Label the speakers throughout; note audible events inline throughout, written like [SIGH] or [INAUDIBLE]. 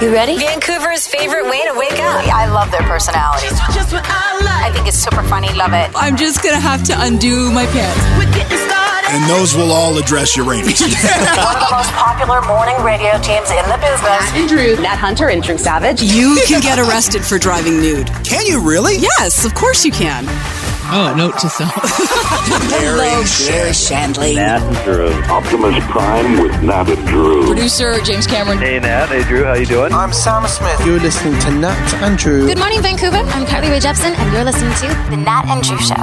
Speaker 1: You ready?
Speaker 2: Vancouver's favorite way to wake up.
Speaker 3: I love their personality.
Speaker 4: Just what I like.
Speaker 3: I think it's super funny. Love it.
Speaker 1: I'm just gonna have to undo my pants.
Speaker 4: We're getting started.
Speaker 5: And those will all address [LAUGHS] Uranus.
Speaker 3: One of the most popular morning radio teams in the business.
Speaker 6: Nat Hunter and Drew Savage.
Speaker 1: You can get arrested for driving nude.
Speaker 5: Can you really?
Speaker 1: Yes, of course you can.
Speaker 7: Oh, note to self.
Speaker 5: Hello,
Speaker 1: Shandling.
Speaker 8: Optimus Prime with Nat and Drew.
Speaker 6: Producer James Cameron.
Speaker 9: Hey Nat, hey Drew, how you doing?
Speaker 10: I'm Sam Smith.
Speaker 11: You're listening to Nat and Drew.
Speaker 12: Good morning, Vancouver. I'm Carly Rae Jepsen, and you're listening to
Speaker 3: The Nat and Drew Show.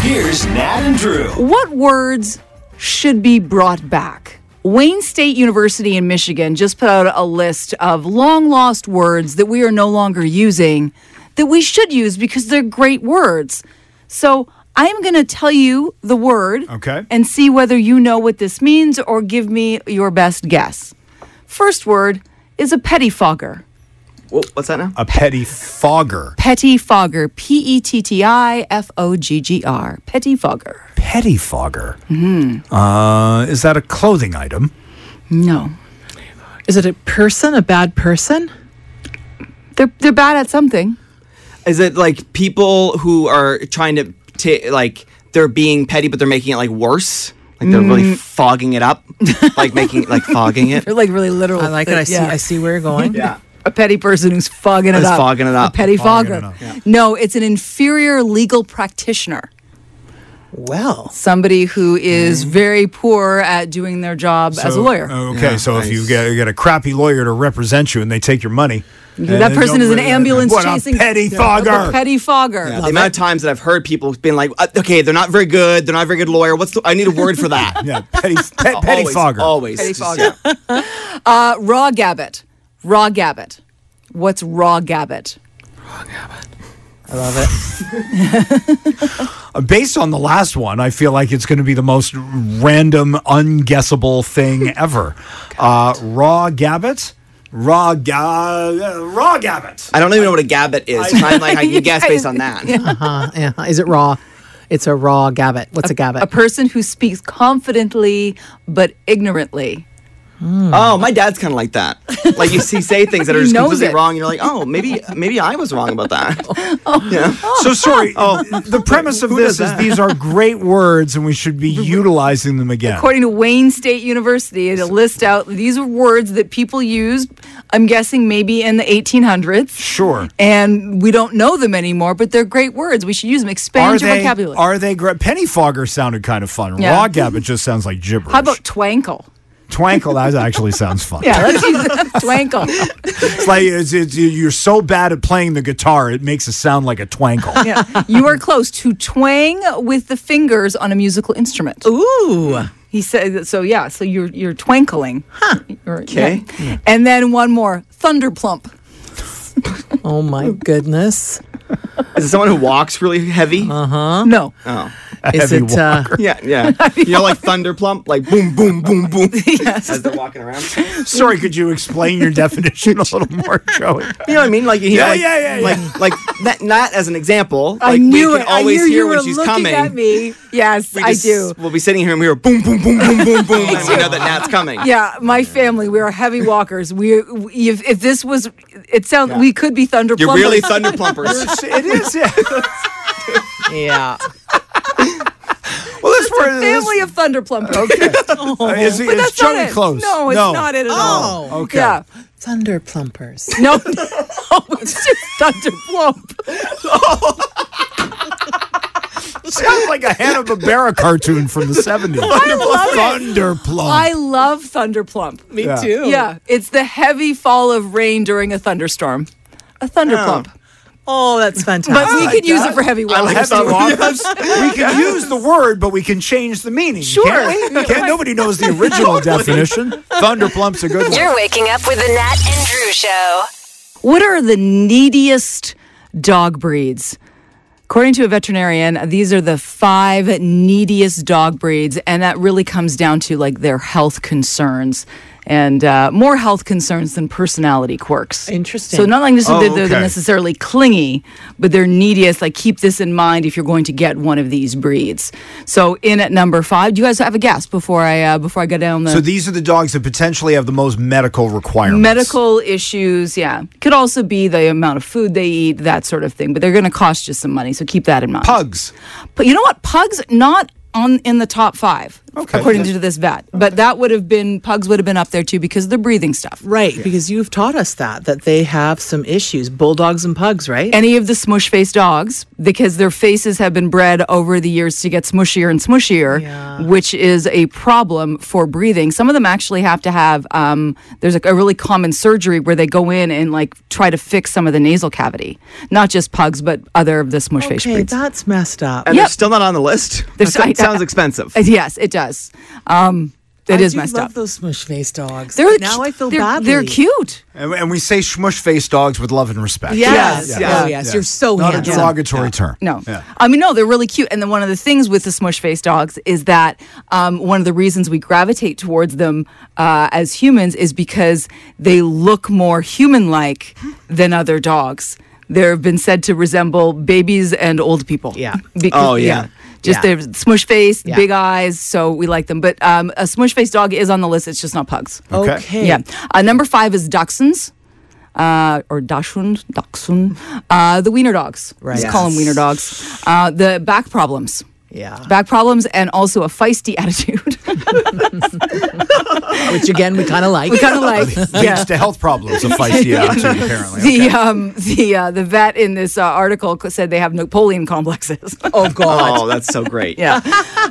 Speaker 13: Here's Nat and Drew.
Speaker 14: What words should be brought back? Wayne State University in Michigan just put out a list of long lost words that we are no longer using that we should use because they're great words. So I'm going to tell you the word
Speaker 15: Okay.
Speaker 14: and see whether you know what this means or give me your best guess. First word is a pettifogger.
Speaker 11: what's that now?
Speaker 15: A petty fogger.
Speaker 14: Pettifogger, P E T T I F O G G R. Pettifogger.
Speaker 15: Petty fogger.
Speaker 14: Mm-hmm.
Speaker 15: Uh, is that a clothing item?
Speaker 14: No.
Speaker 7: Is it a person, a bad person?
Speaker 14: They're, they're bad at something.
Speaker 11: Is it like people who are trying to, ta like, they're being petty, but they're making it like worse? Like they're
Speaker 7: Mm.
Speaker 11: really fogging it up, like making like
Speaker 7: [LAUGHS]
Speaker 11: fogging it.
Speaker 14: They're like really literal.
Speaker 7: I like it. I see.
Speaker 14: Yeah.
Speaker 7: I see where you're going. Yeah.
Speaker 14: a petty person who's fogging it
Speaker 11: Who's
Speaker 14: up.
Speaker 11: fogging it up.
Speaker 14: A petty
Speaker 15: Fogging
Speaker 14: fogger.
Speaker 15: it up.
Speaker 14: No, it's an inferior legal practitioner.
Speaker 7: Well,
Speaker 14: Somebody who is very poor at doing their job as a
Speaker 15: Mm. So- uh, oh,
Speaker 14: lawyer.
Speaker 15: Okay, so if you get, you get a crappy lawyer to represent you and they take your money, and
Speaker 14: that
Speaker 15: they
Speaker 14: person
Speaker 15: don't
Speaker 14: is an
Speaker 15: really-
Speaker 14: ambulance
Speaker 15: what
Speaker 14: chasing
Speaker 15: A petty
Speaker 14: Yeah,
Speaker 15: fogger.
Speaker 14: A petty fogger.
Speaker 11: The amount of times that I've heard people being like, uh, "Okay, they're not very good. They're not a very good lawyer. What's the? I need a word for that."
Speaker 15: [LAUGHS] yeah,
Speaker 5: [LAUGHS]
Speaker 15: petty, pe- petty
Speaker 11: always,
Speaker 15: fogger.
Speaker 11: Always.
Speaker 14: Petty
Speaker 11: Just,
Speaker 14: fogger.
Speaker 11: yeah.
Speaker 14: Uh, raw gabbit. Raw gabbit. What's raw gabbit?
Speaker 7: I love it.
Speaker 15: Uh, Based on the last one, I feel like it's going to be the most random,
Speaker 14: [LAUGHS]
Speaker 15: unguessable thing ever. uh, raw gabbit, raw ga- uh, raw gabbit.
Speaker 11: I don't even know what a gabbit is. so I'm like, I can guess
Speaker 7: [LAUGHS]
Speaker 11: based on that.
Speaker 7: Uh, yeah. Is it raw? It's a raw gabbit. What's a, gabbit?
Speaker 14: A person who speaks confidently but ignorantly.
Speaker 11: Oh, my dad's kind of like that. Like you see, say things that
Speaker 14: [LAUGHS]
Speaker 11: are
Speaker 14: He
Speaker 11: just
Speaker 14: knows
Speaker 11: completely
Speaker 14: it.
Speaker 11: wrong. And you're like, oh, maybe, maybe I was wrong about that.
Speaker 14: [LAUGHS]
Speaker 11: Yeah.
Speaker 14: Oh.
Speaker 15: So sorry. the premise of
Speaker 11: Who
Speaker 15: this is
Speaker 11: does that?
Speaker 15: these are great words, and we should be utilizing them again.
Speaker 14: According to Wayne State University, to list out these are words that people used, I'm guessing maybe in the 1800s.
Speaker 15: Sure.
Speaker 14: and we don't know them anymore, but they're great words. We should use them. Expand
Speaker 15: Are
Speaker 14: your
Speaker 15: they?
Speaker 14: vocabulary.
Speaker 15: Are they? Gra- Penny fogger sounded kind of fun.
Speaker 14: Yeah.
Speaker 15: Raw gabbit just sounds like gibberish.
Speaker 14: How about twankle?
Speaker 15: twankle? That
Speaker 14: [LAUGHS]
Speaker 15: actually sounds fun. [LAUGHS]
Speaker 14: Yeah, let's use [LAUGHS] twankle.
Speaker 15: It's like it's, it's, you're so bad at playing the guitar, it makes it sound like a twankle.
Speaker 14: Yeah. You are close to twang with the fingers on a musical instrument.
Speaker 7: Ooh.
Speaker 14: He said that- so. Yeah, so you're you're twankling. Huh.
Speaker 11: Okay.
Speaker 14: And then one more thunderplump.
Speaker 7: Oh my
Speaker 14: [LAUGHS]
Speaker 7: goodness.
Speaker 11: Is it someone who walks really heavy?
Speaker 14: Uh-huh. No,
Speaker 11: Oh.
Speaker 7: Is
Speaker 15: heavy
Speaker 7: it? Uh,
Speaker 16: [LAUGHS]
Speaker 11: Yeah,
Speaker 14: [LAUGHS]
Speaker 11: yeah. You know, like thunder plump, like boom, boom, boom, boom. As they're walking around. You
Speaker 15: Sorry, could you explain your definition a little more, Joey?
Speaker 11: know what I mean? Like, you
Speaker 15: Yeah,
Speaker 11: know, like,
Speaker 15: yeah, yeah, yeah.
Speaker 11: like, like that, not as an example. Like,
Speaker 14: I knew
Speaker 11: we
Speaker 14: it.
Speaker 11: Can always
Speaker 14: I knew
Speaker 11: hear
Speaker 14: you
Speaker 11: when
Speaker 14: were
Speaker 11: she's
Speaker 14: looking
Speaker 11: coming.
Speaker 14: at
Speaker 11: [LAUGHS]
Speaker 14: me. Yes,
Speaker 11: We
Speaker 14: I
Speaker 11: just-
Speaker 14: do.
Speaker 11: We'll be sitting here and we hear boom, boom, boom,
Speaker 14: [LAUGHS]
Speaker 11: boom, boom, boom. and we know that Nat's coming.
Speaker 14: Yeah, my family, we are heavy walkers. We, we if, if this was, it sounds we could be thunder.
Speaker 11: You're really
Speaker 14: plumbers. [LAUGHS]
Speaker 11: thunder plumpers.
Speaker 15: It is. Yeah.
Speaker 7: yeah.
Speaker 15: Well, that's where this-
Speaker 14: family of thunder plumpers.
Speaker 11: Oh,
Speaker 14: Okay, [LAUGHS]
Speaker 15: uh, is, is
Speaker 14: that's
Speaker 15: Joey
Speaker 14: not it.
Speaker 15: close?
Speaker 14: No, it's not it at all.
Speaker 7: Oh.
Speaker 15: Okay.
Speaker 14: Yeah,
Speaker 7: Thunder
Speaker 14: [LAUGHS]
Speaker 7: plumpers.
Speaker 14: no, no, it's just thunder plump.
Speaker 15: Sounds like a Hanna Barbera cartoon
Speaker 14: [LAUGHS]
Speaker 15: from the seventies. Thunderplum.
Speaker 14: I love thunder plump.
Speaker 7: Me
Speaker 15: Yeah.
Speaker 7: too.
Speaker 14: Yeah, it's the heavy fall of rain during a thunderstorm. A thunder plump.
Speaker 7: Oh, that's fantastic.
Speaker 14: [LAUGHS] But we could use it for heavy walkers.
Speaker 15: Heavy
Speaker 14: [LAUGHS]
Speaker 15: walkers. We can use the word, but we can change the meaning.
Speaker 14: Sure.
Speaker 15: Can't we? Can't- nobody knows the
Speaker 14: [LAUGHS]
Speaker 15: original definition. Thunderplump's a good one.
Speaker 2: You're waking up with the Nat and Drew Show.
Speaker 14: What are the neediest dog breeds? According to a veterinarian, these are the five neediest dog breeds, and that really comes down to like their health concerns. and uh, more health concerns than personality quirks. Interesting. So not like this,
Speaker 15: Oh,
Speaker 14: they're, they're
Speaker 15: okay.
Speaker 14: necessarily clingy, but they're needy. It's like keep this in mind if you're going to get one of these breeds. So in at number five, do you guys have a guess before I uh, before I go down the
Speaker 15: So these are the dogs that potentially have the most medical requirements.
Speaker 14: medical issues? Yeah, could also be the amount of food they eat, that sort of thing. But they're going to cost you some money, so keep that in mind. Pugs, but you know what? Pugs not on in the top five. According to this vet, but that would have been pugs would have been up there too because of the breathing stuff.
Speaker 16: Right, because you've taught us that that they have some issues, bulldogs and pugs, right?
Speaker 14: any of the smush faced dogs because their faces have been bred over the years to get smushier and smushier, which is a problem for breathing. Some of them actually have to have, um, there's like a really common surgery where they go in and like try to fix some of the nasal cavity, not just pugs, but other of the smush faced
Speaker 16: okay,
Speaker 14: breeds.
Speaker 16: that's messed up.
Speaker 14: And they're Yep.
Speaker 11: still not on the list.
Speaker 14: There's- I-
Speaker 11: That sounds expensive.
Speaker 14: Yes, it does. Um, it is
Speaker 16: I do
Speaker 14: messed
Speaker 16: love
Speaker 14: up.
Speaker 16: Those smush faced dogs.
Speaker 14: They're
Speaker 16: but now
Speaker 14: cu-
Speaker 16: I feel
Speaker 14: they're-
Speaker 16: badly.
Speaker 14: they're cute.
Speaker 15: And, and we say shmush faced dogs with love and respect.
Speaker 16: Yes, Yes, yes. oh, yes, you're so
Speaker 15: Not
Speaker 16: handsome.
Speaker 15: a derogatory term.
Speaker 14: No.
Speaker 15: Yeah.
Speaker 14: I mean, no, they're really cute. And then one of the things with the smush faced dogs is that um, one of the reasons we gravitate towards them uh, as humans is because they look more human like than other dogs. They've been said to resemble babies and old people. Yeah.
Speaker 11: Oh, yeah.
Speaker 14: Just
Speaker 11: Yeah.
Speaker 14: their smush face,
Speaker 11: Yeah.
Speaker 14: big eyes, so we like them. But um, a smush faced dog is on the list. It's just not pugs.
Speaker 11: Okay. Okay.
Speaker 14: Yeah. Uh, number five is dachshunds. Uh, or Dachshund, Dachshund, uh, the wiener dogs.
Speaker 16: Right.
Speaker 14: Just call them
Speaker 16: Yes.
Speaker 14: wiener dogs. Uh, the back problems.
Speaker 16: Yeah.
Speaker 14: Back problems and also a feisty [LAUGHS] attitude.
Speaker 16: Which again, we kind of like.
Speaker 14: We kinda [LAUGHS] like,
Speaker 15: Leads
Speaker 14: yeah.
Speaker 15: to health problems,
Speaker 14: [LAUGHS]
Speaker 15: a feisty
Speaker 14: Yeah.
Speaker 15: attitude, apparently.
Speaker 14: The um, the uh, the vet in this uh, article c- said they have Napoleon complexes. [LAUGHS] oh
Speaker 11: [LAUGHS] Oh, that's so great.
Speaker 14: yeah.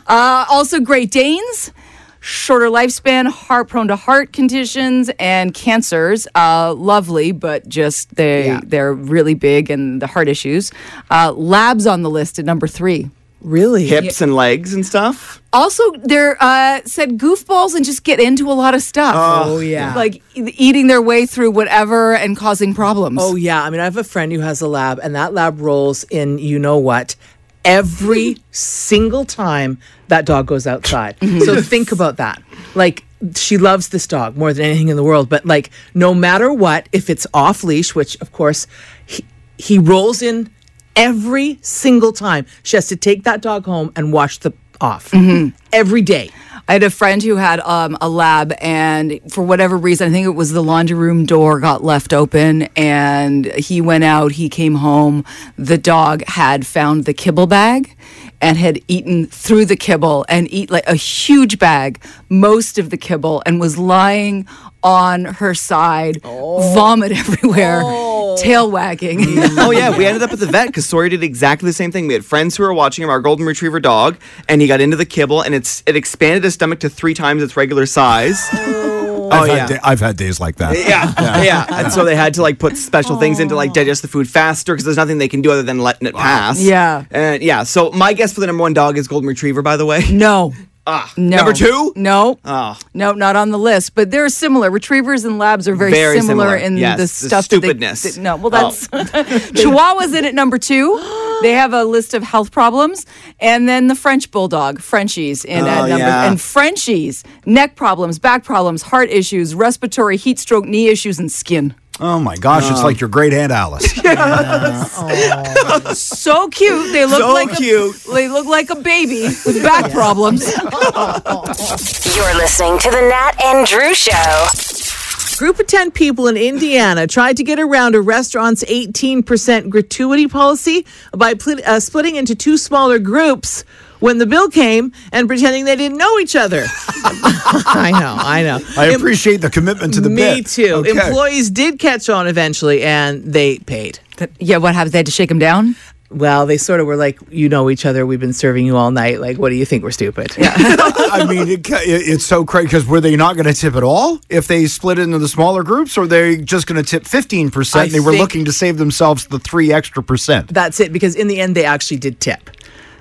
Speaker 14: uh, also, Great Danes, shorter lifespan, heart prone to heart conditions and cancers. Uh, lovely, but just they they're really big and the heart issues. Uh, labs on the list at number three.
Speaker 16: Really,
Speaker 11: Hips and legs and stuff.
Speaker 14: Also, they're uh, said goofballs and just get into a lot of stuff.
Speaker 16: Oh, yeah.
Speaker 14: like e- eating their way through whatever and causing problems.
Speaker 16: Oh yeah, I mean I have a friend who has a lab and that lab rolls in you know what every single time that dog goes outside. so think about that. Like she loves this dog more than anything in the world, but like no matter what if it's off leash, which of course he, he rolls in every single time. She has to take that dog home and wash the off. Every day.
Speaker 14: I had a friend who had um, a lab, and for whatever reason, I think it was the laundry room door got left open, and he went out. He came home. The dog had found the kibble bag and had eaten through the kibble and eat like a huge bag, most of the kibble, and was lying on her side, vomit everywhere, tail wagging.
Speaker 11: oh yeah, we ended up at the vet because Sawyer did exactly the same thing. We had friends who were watching him, our golden retriever dog, and he got into the kibble, and it's it expanded his stomach to three times its regular size. Oh,
Speaker 15: I've,
Speaker 11: yeah.
Speaker 15: had da- I've had days like that.
Speaker 11: [LAUGHS] yeah, yeah, And so they had to like put special things in to like digest the food faster because there's nothing they can do other than letting it pass.
Speaker 14: Yeah.
Speaker 11: and yeah. So my guess for the number one dog is golden retriever. By the way,
Speaker 14: no.
Speaker 11: [LAUGHS] Ah,
Speaker 14: No.
Speaker 11: number two.
Speaker 14: No.
Speaker 11: Oh,
Speaker 14: No, not on the list, but they're similar. Retrievers and labs are very,
Speaker 11: Very
Speaker 14: similar,
Speaker 11: similar.
Speaker 14: in
Speaker 11: Yes,
Speaker 14: the
Speaker 11: the
Speaker 14: stuff. that they-
Speaker 11: stupidness. Oh.
Speaker 14: that- no, well, that's [LAUGHS]
Speaker 11: [LAUGHS]
Speaker 14: Chihuahuas in at number two. They have a list of health problems, and then the French bulldog, Frenchies, in at
Speaker 11: Oh,
Speaker 14: number
Speaker 11: yeah.
Speaker 14: and Frenchies, neck problems, back problems, heart issues, respiratory heat stroke, knee issues, and skin.
Speaker 15: Oh my gosh, it's
Speaker 16: Um.
Speaker 14: Oh.
Speaker 15: like your great aunt
Speaker 16: [LAUGHS]
Speaker 15: Alice.
Speaker 14: so cute. They look
Speaker 15: So
Speaker 14: like
Speaker 15: cute.
Speaker 14: A, they look like a baby with
Speaker 11: [LAUGHS]
Speaker 14: back problems.
Speaker 2: You're listening to the Nat and Drew Show.
Speaker 16: Group of 10 people in Indiana tried to get around a restaurant's 18% gratuity policy by pl- uh, splitting into two smaller groups when the bill came and pretending they didn't know each other. [LAUGHS] I know, I know.
Speaker 15: I appreciate the commitment to the
Speaker 16: Me
Speaker 15: bit.
Speaker 16: too.
Speaker 15: Okay.
Speaker 16: Employees did catch on eventually and they paid.
Speaker 14: [LAUGHS] Yeah, what happened? They had to shake them down?
Speaker 16: Well, they sort of were like, you know each other. We've been serving you all night. Like, what do you think? We're stupid.
Speaker 15: [LAUGHS] I mean, it, ca- it, it's so crazy because were they not going to tip at all if they split it into the smaller groups, or they just going to tip fifteen
Speaker 16: I
Speaker 15: percent? and They were
Speaker 16: think-
Speaker 15: looking to save themselves the three extra percent.
Speaker 16: [LAUGHS] That's it. Because in the end, they actually did tip.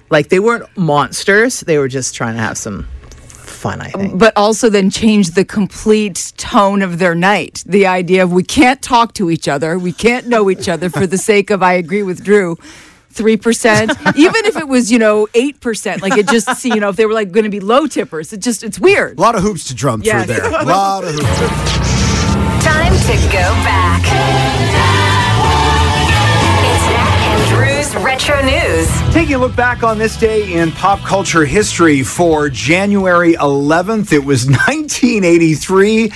Speaker 16: Like, they weren't monsters. They were just trying to have some fun, I think.
Speaker 14: but also then change the complete tone of their night. The idea of we can't talk to each other, we can't know each other for the sake of I agree with Drew. 3%, even if it was, you know, 8%. Like it just, you know, if they were like going to be low tippers, it just, it's weird.
Speaker 15: A lot of hoops to jump
Speaker 14: Yes.
Speaker 15: through there.
Speaker 16: [LAUGHS]
Speaker 15: A lot of hoops.
Speaker 2: Time to go back. It's Nat and Drew's Retro News.
Speaker 15: Taking a look back on this day in pop culture history for January 11th, it was [LAUGHS] 1983.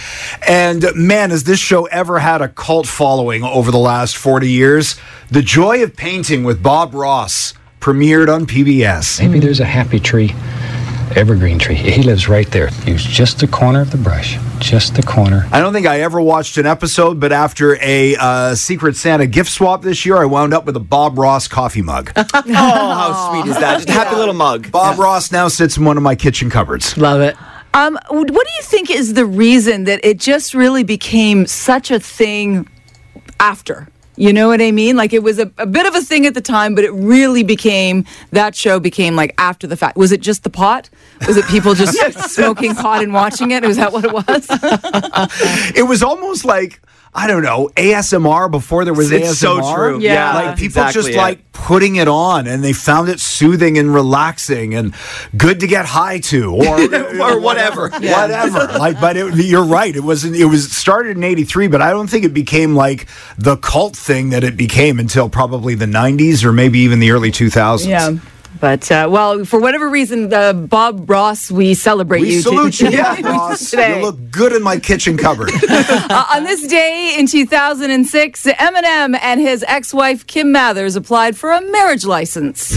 Speaker 15: And man, has this show ever had a cult following over the last 40 years? The Joy of Painting with Bob Ross premiered on PBS.
Speaker 10: Maybe there's a happy tree, evergreen tree. He lives right there. Use just the corner of the brush, just the corner.
Speaker 15: I don't think I ever watched an episode, but after a uh, Secret Santa gift swap this year, I wound up with a Bob Ross coffee mug.
Speaker 11: oh, how sweet is that? Just a [LAUGHS] happy little mug.
Speaker 15: Bob Ross now sits in one of my kitchen cupboards.
Speaker 9: Love it.
Speaker 14: Um, w- what do you think is the reason that it just really became such a thing after? You know what I mean? Like it was a, a bit of a thing at the time, but it really became that show became like after the fact. Was it just the pot? Was it people
Speaker 15: [LAUGHS]
Speaker 14: just [LAUGHS] smoking pot and watching it? Was that what it was?
Speaker 15: It was almost like I don't know ASMR before there was ASMR.
Speaker 11: It's so true. Yeah,
Speaker 15: like
Speaker 11: that's
Speaker 15: people just
Speaker 11: exactly it.
Speaker 15: like putting it on, and they found it soothing and relaxing and good to get high to,
Speaker 11: [LAUGHS]
Speaker 15: or
Speaker 11: or whatever.
Speaker 15: whatever. [LAUGHS] Like, but it, you're right. It wasn't. It was it started in '83, but I don't think it became like the cult thing that it became until probably the '90s or maybe even the early 2000s.
Speaker 14: Yeah. But uh, well, for whatever reason, uh, Bob Ross, we celebrate
Speaker 15: We
Speaker 14: you.
Speaker 15: salute
Speaker 14: [LAUGHS]
Speaker 15: you,
Speaker 14: today.
Speaker 15: Bob Ross.
Speaker 14: Today.
Speaker 15: You look good in my kitchen
Speaker 14: [LAUGHS]
Speaker 15: cupboard.
Speaker 14: Uh, on this day in 2006, Eminem and his ex-wife Kim Mathers applied for a marriage license.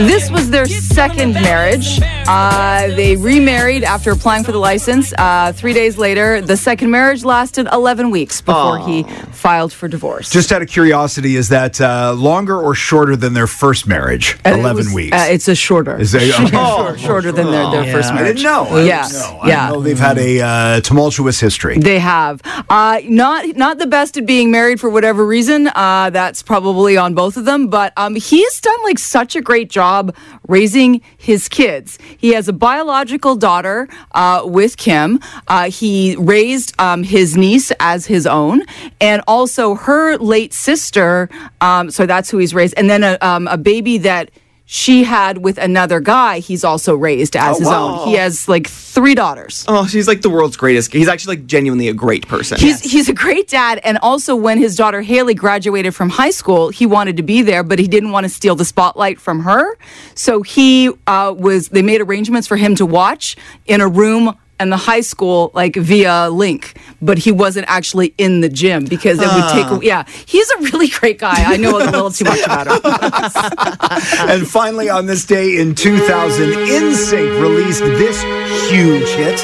Speaker 14: This was their second marriage. Uh, they remarried after applying for the license. Uh, three days later, the second marriage lasted 11 weeks before he filed for divorce.
Speaker 15: Just out of curiosity, is that uh, longer or shorter than their first marriage?
Speaker 14: Uh, it
Speaker 15: Eleven
Speaker 14: was-
Speaker 15: weeks.
Speaker 14: uh, it's a shorter.
Speaker 15: Is they-
Speaker 14: Shorter-
Speaker 15: Oh,
Speaker 14: [LAUGHS] shorter than their, their first
Speaker 15: I
Speaker 14: marriage.
Speaker 15: didn't know. I didn't
Speaker 14: yes.
Speaker 15: know.
Speaker 14: Yeah.
Speaker 15: I know they've had a uh, tumultuous history.
Speaker 14: They have uh, not not the best at being married for whatever reason. Uh, that's probably on both of them. But um, he has done like such a great job raising his kids. He has a biological daughter uh, with Kim. Uh, he raised um, his niece as his own, and also her late sister. Um, so that's who he's raised, and then a, um, a baby that. She had with another guy. He's also raised as
Speaker 11: Oh,
Speaker 14: his
Speaker 11: wow.
Speaker 14: own. He has like three daughters.
Speaker 11: Oh, she's like the world's greatest. He's actually like genuinely a great person.
Speaker 14: He's he's a great dad, and also when his daughter Haley graduated from high school, he wanted to be there, but he didn't want to steal the spotlight from her. So he uh, was. They made arrangements for him to watch in a room in the high school, like via link, but he wasn't actually in the gym because it
Speaker 15: Ah.
Speaker 14: would take. Yeah, he's a really great guy. I know a little too much about him. uh,
Speaker 15: and finally, on this day in 2000, InSync released this huge hit,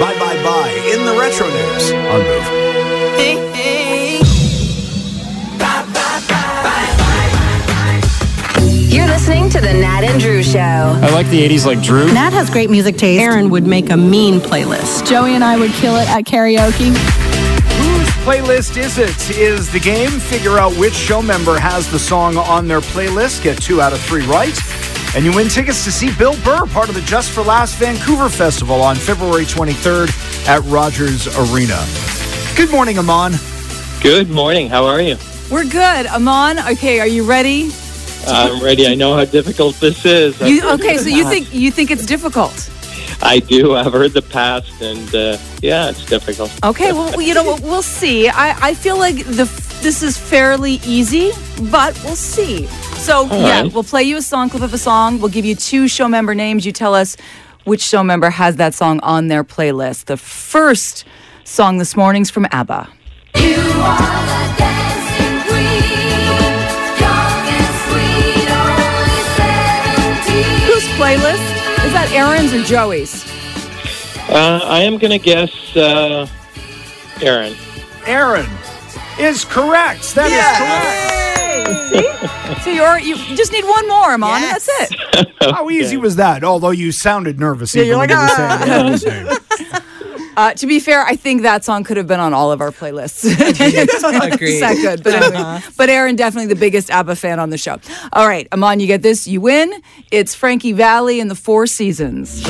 Speaker 15: Bye Bye Bye, in the retro news on Move.
Speaker 2: You're listening to the Nat and Drew Show.
Speaker 17: I like the 80s like Drew.
Speaker 18: Nat has great music taste. Aaron would make a mean playlist. Joey and I would kill it at karaoke.
Speaker 15: Whose playlist is it? Is the game. Figure out which show member has the song on their playlist. Get two out of three right. And you win tickets to see Bill Burr, part of the Just for Last Vancouver Festival on February 23rd at Rogers Arena. Good morning, Amon.
Speaker 19: Good morning. How are you?
Speaker 14: We're good, Amon. Okay, are you ready?
Speaker 19: I'm ready. I know how difficult this is. I've
Speaker 14: You,
Speaker 19: heard
Speaker 14: okay,
Speaker 19: the
Speaker 14: so you
Speaker 19: past.
Speaker 14: think you think it's difficult.
Speaker 19: I do. I've heard the past, and uh, yeah, it's difficult.
Speaker 14: Okay, well, you know, what, we'll see. I, I feel like the this is fairly easy, but we'll see. So,
Speaker 19: All
Speaker 14: yeah,
Speaker 19: right.
Speaker 14: we'll play you a song clip of a song. We'll give you two show member names. You tell us which show member has that song on their playlist. The first song this morning's from ABBA. Whose playlist? Is that Aaron's or Joey's?
Speaker 19: Uh, I am going to guess uh, Aaron.
Speaker 15: Aaron is correct. That is
Speaker 14: correct. so you're, you you just need one more, Amon. and That's it.
Speaker 15: How easy was that? Although you sounded nervous.
Speaker 14: Yeah,
Speaker 15: even
Speaker 14: you're
Speaker 15: when
Speaker 14: like,
Speaker 15: you were saying
Speaker 14: "Ah."
Speaker 15: Aaron's [LAUGHS] name.
Speaker 14: Uh, to be fair, I think that song could have been on all of our playlists. [LAUGHS]
Speaker 20: Agreed.
Speaker 14: it's that good. But, anyway. but Aaron, definitely the biggest ABBA fan on the show. All right, Amon, you get this. You win. It's Frankie Valley and the Four Seasons. Is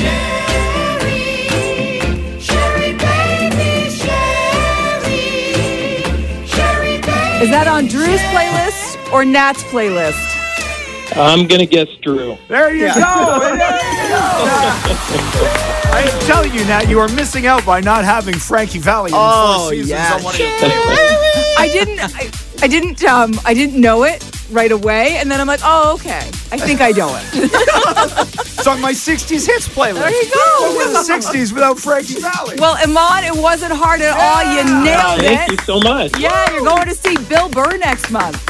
Speaker 14: that on Drew's playlist or Nat's playlist?
Speaker 19: I'm gonna guess Drew.
Speaker 15: There you go.
Speaker 14: [LAUGHS]
Speaker 15: It is. I am telling you, Nat, you are missing out by not having Frankie Valley in the
Speaker 14: Oh,
Speaker 15: four seasons
Speaker 14: yeah.
Speaker 15: on one of your playlists.
Speaker 14: I didn't. I, I didn't. Um, I didn't know it right away, and then I'm like, oh, okay. I think I know it.
Speaker 15: It's on my 60s hits playlist.
Speaker 14: There you go.
Speaker 15: Over the 60s without Frankie Valley.
Speaker 14: Well, Iman, it wasn't hard at all. You nailed
Speaker 19: Thank you
Speaker 14: it.
Speaker 19: so much.
Speaker 14: Yeah, you're going to see Bill Burr next month.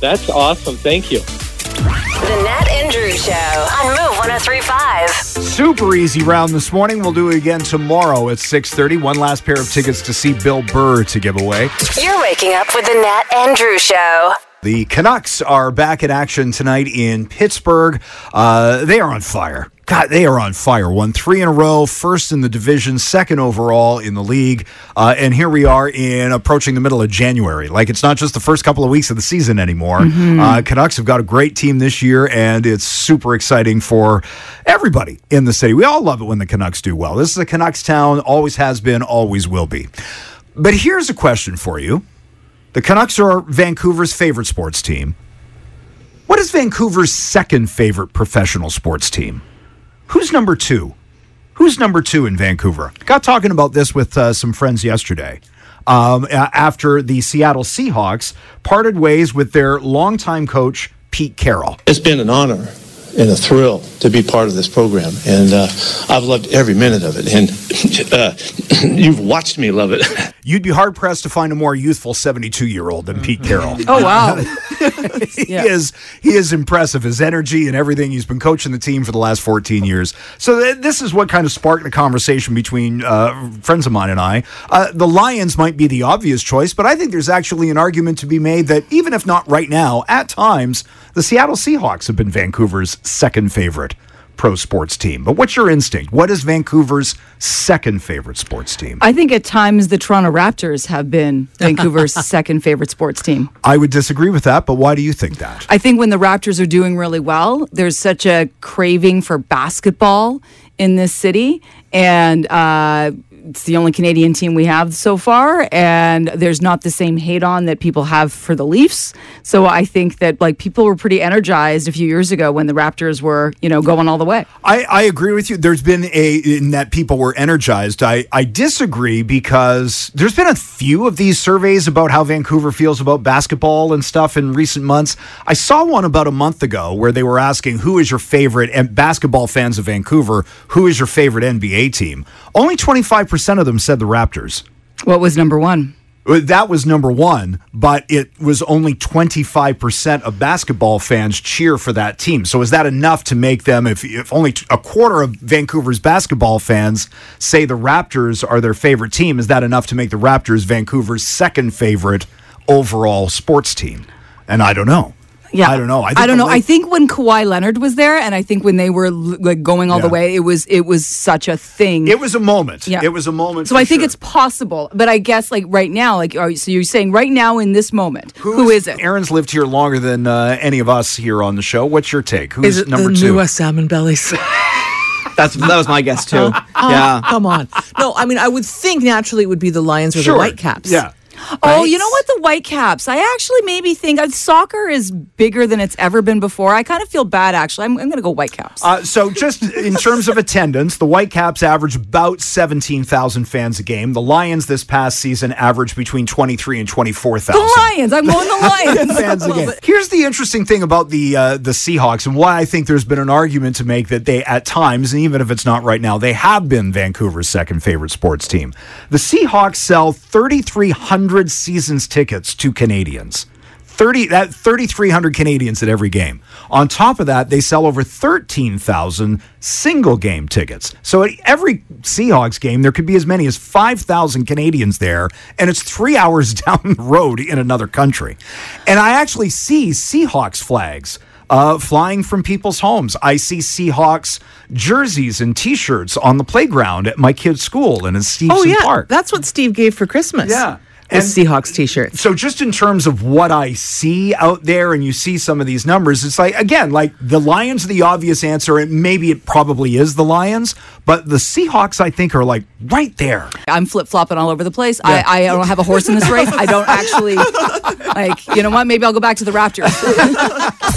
Speaker 19: That's awesome. Thank you.
Speaker 2: The Nat and Drew Show on Move 1035.
Speaker 15: Super easy round this morning. We'll do it again tomorrow at 6:30. One last pair of tickets to see Bill Burr to give away.
Speaker 2: You're waking up with the Nat and Drew Show.
Speaker 15: The Canucks are back in action tonight in Pittsburgh. Uh, they are on fire. God, they are on fire. Won three in a row, first in the division, second overall in the league. Uh, and here we are in approaching the middle of January. Like it's not just the first couple of weeks of the season anymore.
Speaker 17: Mhm.
Speaker 15: Uh, Canucks have got a great team this year, and it's super exciting for everybody in the city. We all love it when the Canucks do well. This is a Canucks town, always has been, always will be. But here's a question for you. The Canucks are Vancouver's favorite sports team. What is Vancouver's second favorite professional sports team? Who's number two? Who's number two in Vancouver? Got talking about this with uh, some friends yesterday. Um, a- after the Seattle Seahawks parted ways with their longtime coach Pete Carroll.
Speaker 20: It's been an honor and a thrill to be part of this program, and uh, I've loved every minute of it.
Speaker 17: [LAUGHS]
Speaker 20: And
Speaker 17: [CLEARS THROAT]
Speaker 20: uh, you've watched me love it.
Speaker 15: You'd be hard pressed to find a more youthful 72 year old than Pete Carroll.
Speaker 14: Oh, wow.
Speaker 15: he is he is impressive. His energy and everything. He's been coaching the team for the last 14 years. So th- this is what kind of sparked the conversation between uh, friends of mine and I. Uh, the Lions might be the obvious choice, but I think there's actually an argument to be made that even if not right now, at times the Seattle Seahawks have been Vancouver's second favorite. Pro sports team. But what's your instinct? What is Vancouver's second favorite sports team?
Speaker 14: [LAUGHS] I think at times the Toronto Raptors have [LAUGHS] been Vancouver's second favorite sports team.
Speaker 15: I would disagree with that, but why do you think that?
Speaker 14: I think when the Raptors are doing really well, there's such a craving for basketball in this city, and uh, it's the only Canadian team we have so far. And there's not the same hate on that people have for the Leafs. So I think that like people were pretty energized a few years ago when the Raptors were you know going all the way.
Speaker 15: I, I agree with you. There's been a in that people were energized. I, I disagree because there's been a few of these surveys about how Vancouver feels about basketball and stuff in recent months. I saw one about a month ago where they were asking who is your favorite and basketball fans of Vancouver, who is your favorite NBA team? Only 25% of them said the Raptors.
Speaker 14: What was number one?
Speaker 15: Uh, That was number one, but it was only 25% of basketball fans cheer for that team. So is that enough to make them, if, if only t- a quarter of Vancouver's basketball fans say the Raptors are their favorite team, is that enough to make the Raptors Vancouver's second favorite overall sports team? And I don't know.
Speaker 14: Yeah.
Speaker 15: I don't know.
Speaker 14: I, don't
Speaker 15: the
Speaker 14: know.
Speaker 15: Lake-
Speaker 14: I think when Kawhi Leonard was there, and I think when they were l- like going all the
Speaker 15: Yeah.
Speaker 14: way, it was it was such a thing.
Speaker 15: It was a moment.
Speaker 14: Yeah.
Speaker 15: It was a moment.
Speaker 14: So
Speaker 15: for
Speaker 14: I think
Speaker 15: sure.
Speaker 14: it's possible, but I guess like right now, like are, you- so you're saying right now in this moment, who is it?
Speaker 15: Aaron's lived here longer than uh, any of us here on the show. What's your take? Who's
Speaker 9: Is it
Speaker 15: number
Speaker 9: the
Speaker 15: two?
Speaker 9: new uh, salmon bellies?
Speaker 11: That's that was my
Speaker 16: [LAUGHS]
Speaker 11: guess too.
Speaker 9: Oh,
Speaker 11: yeah.
Speaker 9: Come on. No, I mean, I would think naturally it would be the Lions or
Speaker 11: Sure.
Speaker 9: the Whitecaps.
Speaker 11: Yeah.
Speaker 14: Oh, you know what? The Whitecaps. I actually maybe think uh, soccer is bigger than it's ever been before. I kind of feel bad actually. I'm, I'm going to go Whitecaps.
Speaker 15: Uh, so, just in terms of attendance, the Whitecaps average about 17,000 fans a game. The Lions this past season averaged between 23 and
Speaker 14: The
Speaker 15: 24,000
Speaker 14: Lions. I'm going
Speaker 15: [LAUGHS]
Speaker 14: the Lions. [LAUGHS]
Speaker 15: fans a game. Here's the interesting thing about the uh, the Seahawks and why I think there's been an argument to make that they, at times, and even if it's not right now, they have been Vancouver's second favorite sports team. The Seahawks sell 3,300 seasons tickets to Canadians. 30 that 3300 Canadians at every game. On top of that, they sell over 13,000 single game tickets. So at every Seahawks game there could be as many as 5,000 Canadians there and it's 3 [LAUGHS] hours down the road in another country. And I actually see Seahawks flags uh, flying from people's homes. I see Seahawks jerseys and T-shirts on the playground at my kid's school and in Steveson
Speaker 9: oh, yeah.
Speaker 15: Park.
Speaker 9: That's what Steve gave for Christmas.
Speaker 15: Yeah.
Speaker 9: with Seahawks t-shirts.
Speaker 15: So just in terms of what I see out there, and you see some of these numbers, it's like again, like the Lions, are the obvious answer, and maybe it probably is the Lions, but the Seahawks, I think, are like right there.
Speaker 14: I'm flip flopping all over the place. I, I don't have a horse in this race. I don't
Speaker 15: [LAUGHS]
Speaker 14: actually like. You know what? Maybe I'll go back to the Raptors.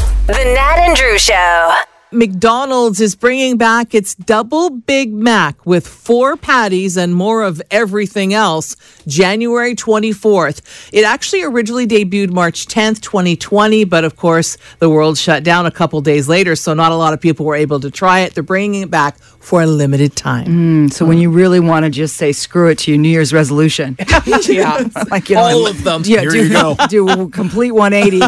Speaker 14: [LAUGHS]
Speaker 2: The Nat and Drew Show.
Speaker 9: McDonald's is bringing back its double Big Mac with four patties and more of everything else January 24th. It actually originally debuted March 10th, 2020, but of course the world shut down a couple days later, so not a lot of people were able to try it. They're bringing it back for a limited time.
Speaker 11: Mm-hmm.
Speaker 14: Mm, so when you really want to just say screw it to your New Year's resolution,
Speaker 9: yeah,
Speaker 14: [LAUGHS] like you know,
Speaker 9: All of them.
Speaker 14: Yeah,
Speaker 9: Here
Speaker 14: do,
Speaker 9: you go.
Speaker 14: [LAUGHS] do a complete 180.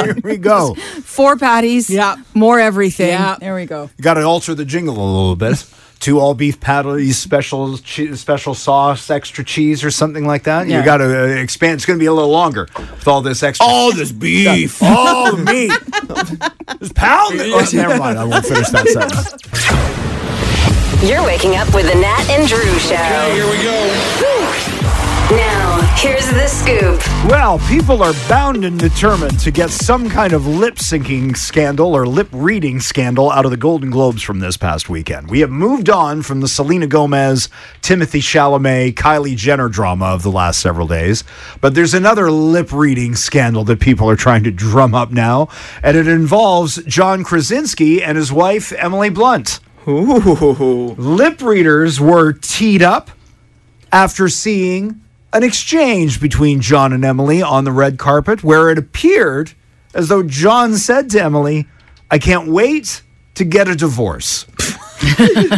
Speaker 14: Here
Speaker 15: we go.
Speaker 14: [LAUGHS] Four patties. Yeah, more everything.
Speaker 15: Yeah.
Speaker 14: there we go.
Speaker 15: You got to alter the jingle a little bit. Two all beef patties, special che- special sauce, extra cheese, or something like that.
Speaker 14: Yeah.
Speaker 15: You got to uh, expand. It's going to be a little longer with all this extra. All this beef. [LAUGHS] all the meat. Just pound it. Oh, never mind. I won't finish that sentence.
Speaker 2: You're waking up with the Nat and Drew Show. Okay, here we go. Now, here's the scoop.
Speaker 15: Well, people are bound and determined to get some kind of lip syncing scandal or lip reading scandal out of the Golden Globes from this past weekend. We have moved on from the Selena Gomez, Timothy Chalamet, Kylie Jenner drama of the last several days, but there's another lip reading scandal that people are trying to drum up now, and it involves John Krasinski and his wife, Emily Blunt. Lip readers were teed up after seeing an exchange between John and Emily on the red carpet where it appeared as though John said to Emily, I can't wait to get a divorce. [LAUGHS] Again,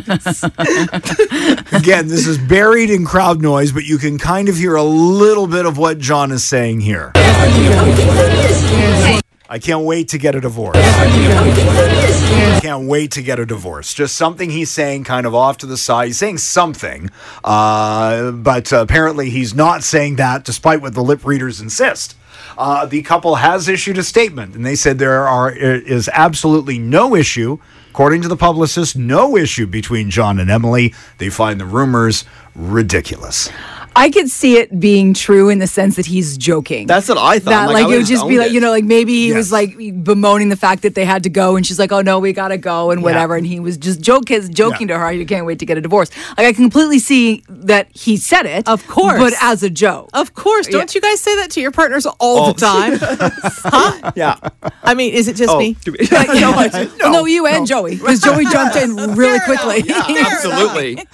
Speaker 15: this is buried in crowd noise, but you can kind of hear a little bit of what John is saying here. I can't wait to get a divorce. Can't wait to get a divorce. Just something he's saying kind of off to the side. He's saying something, uh, but apparently he's not saying that despite what the lip readers insist. Uh, the couple has issued a statement and they said there are is absolutely no issue according to the publicist no issue between john and emily they find the rumors ridiculous
Speaker 14: I could see it being true in the sense that he's joking.
Speaker 11: That's what I thought.
Speaker 14: That
Speaker 11: Like,
Speaker 14: like, it
Speaker 11: I
Speaker 14: would
Speaker 11: would've
Speaker 14: just be
Speaker 11: owned
Speaker 14: like
Speaker 11: it.
Speaker 14: you know like maybe he was like bemoaning the fact that they had to go and she's like oh no we gotta go and
Speaker 11: Yeah.
Speaker 14: whatever and he was just joke his joking to her you can't wait to get a divorce like I can completely see that he said it of
Speaker 9: course.
Speaker 14: but as a joke
Speaker 9: Of course, don't you guys say that to your partners all, the
Speaker 11: [LAUGHS]
Speaker 9: time?
Speaker 11: Oh. Yeah.
Speaker 9: I mean, is it just
Speaker 11: Oh, [LAUGHS]
Speaker 9: me?
Speaker 14: [LAUGHS] no, you and Joey because Joey jumped [LAUGHS] in really quickly [LAUGHS]
Speaker 11: Absolutely.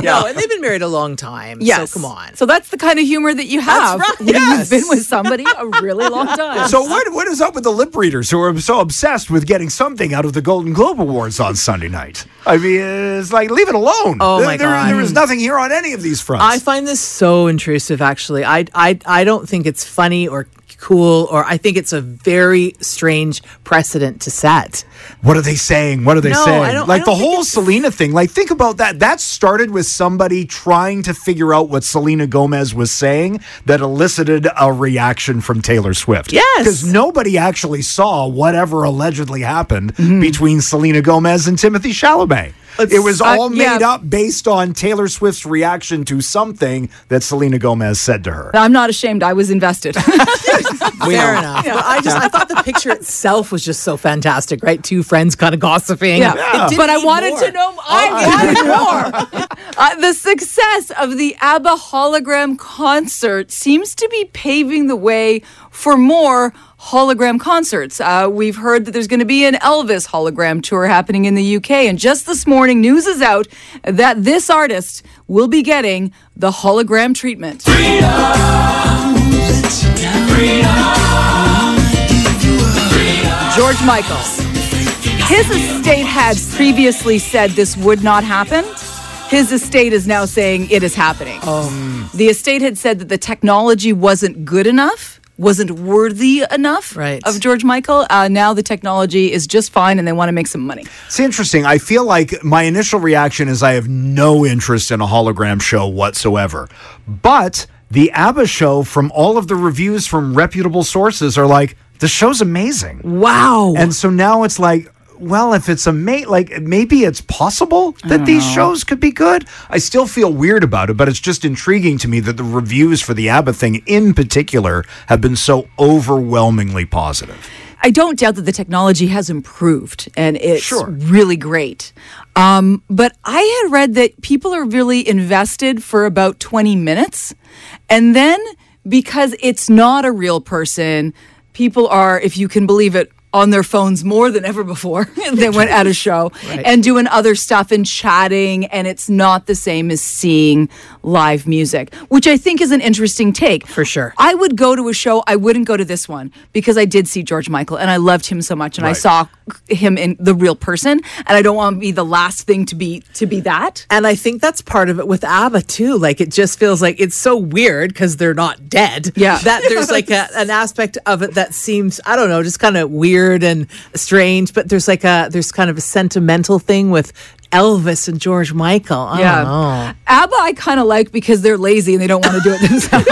Speaker 9: No, and they've been married a long time.
Speaker 14: Yes.
Speaker 9: So come on.
Speaker 14: So that's the kind of humor that you have
Speaker 9: right,
Speaker 14: when
Speaker 9: yes.
Speaker 14: you've been with somebody a really [LAUGHS] long time.
Speaker 15: [LAUGHS] so what, what is up with the lip readers who are so obsessed with getting something out of the golden globe awards on sunday night i mean it's like leave it alone
Speaker 9: Oh,
Speaker 15: There-
Speaker 9: my
Speaker 15: there,
Speaker 9: God.
Speaker 15: there is nothing here on any of these fronts
Speaker 9: I find this so intrusive. Actually, I, I I don't think it's funny or cool, or I think it's a very strange precedent to set.
Speaker 15: What are they saying? What are they
Speaker 9: No, I
Speaker 15: saying?
Speaker 9: don't- I
Speaker 15: like
Speaker 9: don't
Speaker 15: the whole Selena thing. Like think about that. That started with somebody trying to figure out what Selena Gomez was saying that elicited a reaction from Taylor Swift. Yes, because nobody actually saw whatever allegedly happened
Speaker 9: Mm-hmm.
Speaker 15: between Selena Gomez and Timothy Chalamet.
Speaker 11: Let's-
Speaker 15: it was
Speaker 11: uh,
Speaker 15: all
Speaker 11: yeah.
Speaker 15: made up based on Taylor Swift's reaction to something that Selena Gomez said to her.
Speaker 14: I'm not ashamed. I was invested. [LAUGHS]
Speaker 9: Fair enough. But I just I thought the picture itself was just so fantastic, right? Two friends kind of gossiping.
Speaker 14: Yeah.
Speaker 9: It didn't
Speaker 14: But I
Speaker 9: need
Speaker 14: wanted
Speaker 9: more.
Speaker 14: to know.
Speaker 9: [LAUGHS]
Speaker 14: I wanted more. Uh, the success of the ABBA hologram concert seems to be paving the way for more hologram concerts. Uh, we've heard that there's going to be an Elvis hologram tour happening in the UK, and just this morning, news is out that this artist will be getting the hologram treatment. George Michael. His estate had previously said this would not happen. His estate is now saying it is happening.
Speaker 9: Um.
Speaker 14: The estate had said that the technology wasn't good enough, wasn't worthy enough
Speaker 9: Right.
Speaker 14: of George Michael. Uh, now the technology is just fine and they want to make some money.
Speaker 15: It's interesting. I feel like my initial reaction is I have no interest in a hologram show whatsoever. But the ABBA show, from all of the reviews from reputable sources, are like, the show's amazing.
Speaker 9: Wow.
Speaker 15: And so now it's like, well, if it's a mate, like maybe it's possible
Speaker 14: I
Speaker 15: that
Speaker 14: don't
Speaker 15: these
Speaker 14: know.
Speaker 15: shows could be good. I still feel weird about it, but it's just intriguing to me that the reviews for the ABBA thing in particular have been so overwhelmingly positive.
Speaker 14: I don't doubt that the technology has improved and it's really great. Um, but I had read that people are really invested for about 20 minutes. And then because it's not a real person, people are, if you can believe it, on their phones more than ever before [LAUGHS] They went at a [LAUGHS] show
Speaker 18: Right.
Speaker 14: and doing other stuff and chatting and it's not the same as seeing live music which i think is an interesting take for sure i would go to a show i wouldn't go to this one because i did see george michael and i loved him so much and i
Speaker 9: Right.
Speaker 14: saw him in the real person and i don't want to be the last thing to be to be that
Speaker 9: And I think that's part of it with ABBA too. Like it just feels like it's so weird because they're not dead.
Speaker 14: Yeah.
Speaker 9: [LAUGHS] That there's like a, an aspect of it that seems, I don't know, just kind of weird and strange, but there's like a, there's kind of a sentimental thing with Elvis and George Michael. I
Speaker 14: Yeah.
Speaker 9: don't know.
Speaker 14: abba i kind of like because they're lazy and they don't want [LAUGHS] to do it themselves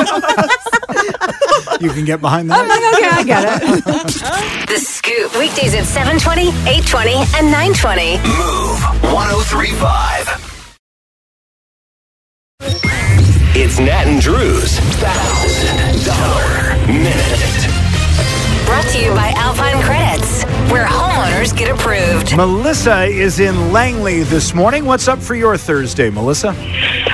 Speaker 15: You can get behind that.
Speaker 14: okay i get it [LAUGHS]
Speaker 2: The Scoop. Weekdays at 720, 820, and 920. Move.
Speaker 13: 1035. It's Nat and Drew's $1,000 Minute.
Speaker 2: Brought to you by Alpine Credits, where homeowners get approved.
Speaker 15: Melissa is in Langley this morning. What's up for your Thursday, Melissa?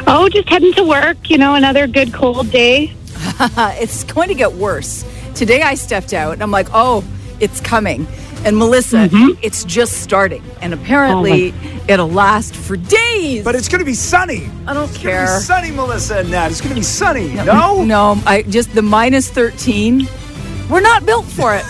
Speaker 17: Oh, just heading to work, you know, another good cold day.
Speaker 14: Uh, it's going to get worse. Today I stepped out and I'm like, oh, it's coming. And Melissa, it's just starting. And apparently it'll last for days. Oh But
Speaker 15: it's going to be sunny.
Speaker 14: I don't
Speaker 15: It's gonna
Speaker 14: care.
Speaker 15: be sunny, Melissa and Nat. It's gonna be sunny. No?
Speaker 14: No, I just the minus 13. We're not built for it.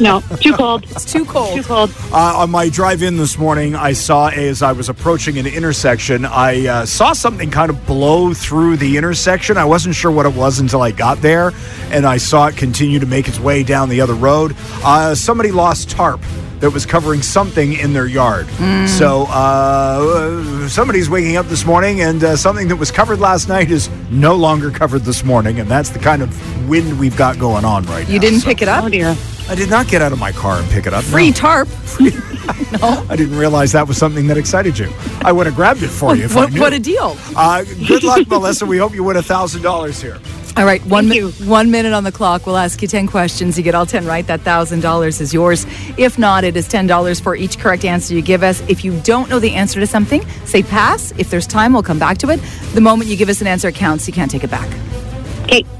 Speaker 14: [LAUGHS]
Speaker 17: no, too
Speaker 16: [LAUGHS]
Speaker 17: cold.
Speaker 14: It's too cold. Too
Speaker 17: cold.
Speaker 15: Uh, on my drive in this morning, I saw as I was approaching an intersection, I uh, saw something kind of blow through the intersection. I wasn't sure what it was until I got there, and I saw it continue to make its way down the other road. Uh, somebody lost tarp that was covering something in their yard.
Speaker 14: Hmm.
Speaker 16: Mm.
Speaker 15: So uh, somebody's waking up this morning, and uh, something that was covered last night is no longer covered this morning, and that's the kind of wind we've got going on right
Speaker 14: [LAUGHS]
Speaker 15: now.
Speaker 14: You didn't pick it up?
Speaker 17: Oh dear.
Speaker 15: I did not get out of my car and pick it up. no.
Speaker 14: Free
Speaker 15: [LAUGHS]
Speaker 14: tarp. [LAUGHS]
Speaker 15: I didn't realize that was something that excited you. I would have grabbed it for you if I
Speaker 14: what,
Speaker 15: knew.
Speaker 14: what a deal.
Speaker 15: uh, good luck, Melissa. We hope you win a thousand dollars here.
Speaker 14: All right, one, mi- one minute on the clock. We'll ask you 10 questions. You get all 10 right. That $1,000 is yours. If not, it is $10 for each correct answer you give us. If you don't know the answer to something, say pass. If there's time, we'll come back to it. The moment you give us an answer, it counts. You can't take it back.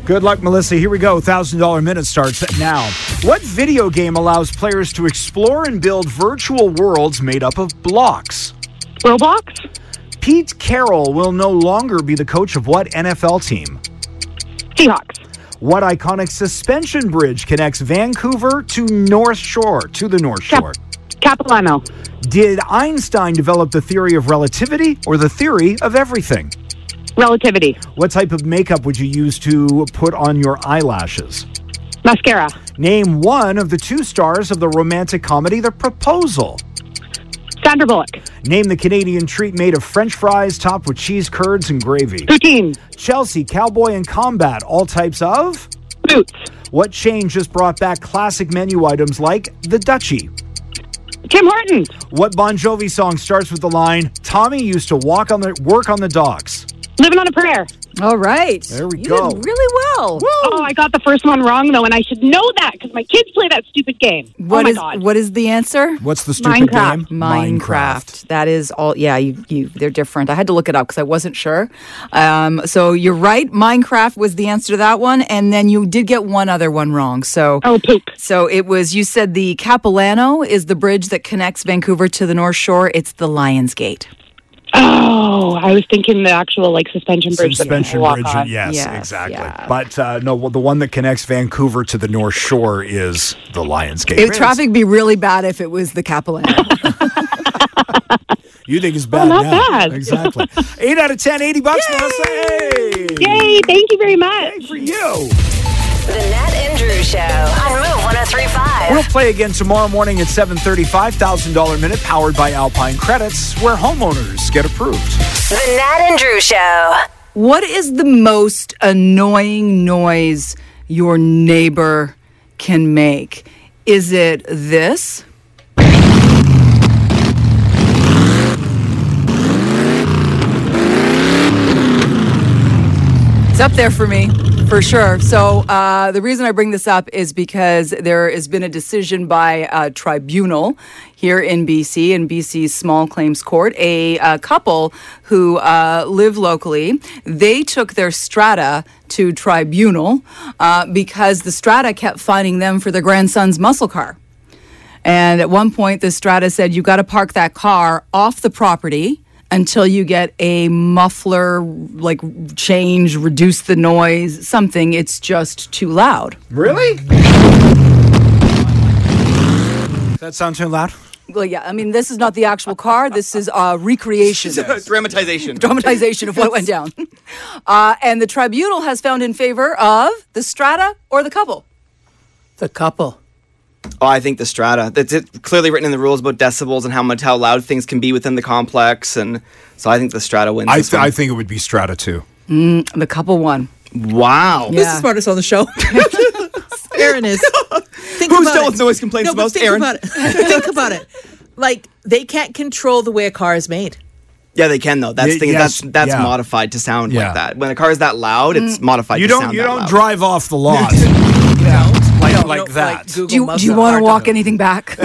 Speaker 15: Good luck, Melissa. Here we go. Thousand dollar minute starts now. What video game allows players to explore and build virtual worlds made up of blocks?
Speaker 17: Roblox.
Speaker 15: Pete Carroll will no longer be the coach of what NFL team?
Speaker 17: Seahawks.
Speaker 15: What iconic suspension bridge connects Vancouver to North Shore to the North Shore?
Speaker 17: Capilano.
Speaker 15: Did Einstein develop the theory of relativity or the theory of everything?
Speaker 17: Relativity.
Speaker 15: What type of makeup would you use to put on your eyelashes?
Speaker 17: Mascara.
Speaker 15: Name one of the two stars of the romantic comedy The Proposal.
Speaker 17: Sandra Bullock.
Speaker 15: Name the Canadian treat made of French fries topped with cheese curds and gravy.
Speaker 17: Poutine.
Speaker 15: Chelsea, cowboy, and combat, all types of?
Speaker 17: Boots.
Speaker 15: What chain just brought back classic menu items like the Dutchie?
Speaker 17: Tim Horton.
Speaker 15: What Bon Jovi song starts with the line, Tommy used to walk on the work on the docks?
Speaker 17: Living on a prayer.
Speaker 14: All right.
Speaker 15: There we You go. did
Speaker 14: really well.
Speaker 17: Oh, I got the first one wrong though, and I should know that because my kids play that stupid game. oh
Speaker 14: What
Speaker 17: my
Speaker 14: is-
Speaker 17: god.
Speaker 14: what is the answer?
Speaker 15: What's the
Speaker 17: stupid Minecraft. game?
Speaker 14: Minecraft.
Speaker 17: Minecraft.
Speaker 14: That is all. Yeah, you, you they're different. I had to look it up because I wasn't sure. Um, so you're right. Minecraft was the answer to that one, and then you did get one other one wrong. So
Speaker 17: oh poop.
Speaker 14: So it was you said the Capilano is the bridge that connects Vancouver to the North Shore. It's the Lions Gate.
Speaker 17: Oh, I was thinking the actual like suspension bridge. that
Speaker 15: Suspension
Speaker 17: people walk
Speaker 15: bridge,
Speaker 17: on.
Speaker 15: yes, exactly. But uh, no, well, the one that connects Vancouver to the North Shore is the Lions Gate.
Speaker 14: It would traffic be really bad if it was the Capilano.
Speaker 15: You
Speaker 17: Oh,
Speaker 15: think it's bad?
Speaker 14: not
Speaker 15: now.
Speaker 14: bad.
Speaker 17: [LAUGHS]
Speaker 15: Exactly. Eight out of ten, 80 bucks, Melissa. Hey!
Speaker 17: Yay! Thank you very much.
Speaker 15: for you.
Speaker 2: The Nat and Drew Show on Move 1035.
Speaker 15: We'll play again tomorrow morning at 735, $1,000 minute, powered by Alpine Credits, where homeowners get approved.
Speaker 2: The Nat and Drew Show.
Speaker 14: [LAUGHS] What is the most annoying noise your neighbor can make? Is it this? It's up there for me, for sure. So uh, the reason I bring this up is because there has been a decision by a tribunal here in BC, in BC's small claims court. A, uh couple who uh, live locally, they took their strata to tribunal uh, because the strata kept finding them for their grandson's muscle car. And at one point, the Strata said, you got to park that car off the property until you get a muffler, like change, reduce the noise, something. It's just too loud.
Speaker 15: Really? Does that sound too loud?
Speaker 14: Well, yeah. I mean, this is not the actual car. This is a recreation. [LAUGHS]
Speaker 11: Dramatization.
Speaker 14: Dramatization of what went down. Uh, and the tribunal has found in favor of the strata or the couple.
Speaker 9: The couple.
Speaker 11: Oh, I think the strata. That's it, clearly written in the rules about decibels and how much how loud things can be within the complex, and so I think the strata wins.
Speaker 15: I,
Speaker 11: this
Speaker 15: th-
Speaker 11: one.
Speaker 15: I think it would be Strata 2.
Speaker 14: Mm, the couple won.
Speaker 11: Wow.
Speaker 14: This is Yeah.
Speaker 9: smartest on the show.
Speaker 16: [LAUGHS]
Speaker 9: [LAUGHS]
Speaker 16: Aaron is. Think
Speaker 11: Who's
Speaker 16: about
Speaker 11: dealt
Speaker 16: it.
Speaker 11: with noise complaints
Speaker 16: no,
Speaker 11: the
Speaker 16: but
Speaker 11: most?
Speaker 16: Think
Speaker 11: Aaron.
Speaker 16: About it. [LAUGHS] think about it. Like they can't control the way a car is made.
Speaker 11: Yeah, they can though. That's
Speaker 15: Y-
Speaker 11: the thing.
Speaker 15: yes,
Speaker 11: that's that's
Speaker 15: yeah.
Speaker 11: modified to sound like that. When a car is that loud, it's
Speaker 14: Mm.
Speaker 11: modified.
Speaker 15: You
Speaker 11: to
Speaker 15: don't-
Speaker 11: sound
Speaker 15: you
Speaker 11: that
Speaker 15: don't
Speaker 11: loud.
Speaker 15: drive off the lot. [LAUGHS]
Speaker 11: like
Speaker 15: like that.
Speaker 14: Do you, do you want to walk anything [LAUGHS] back?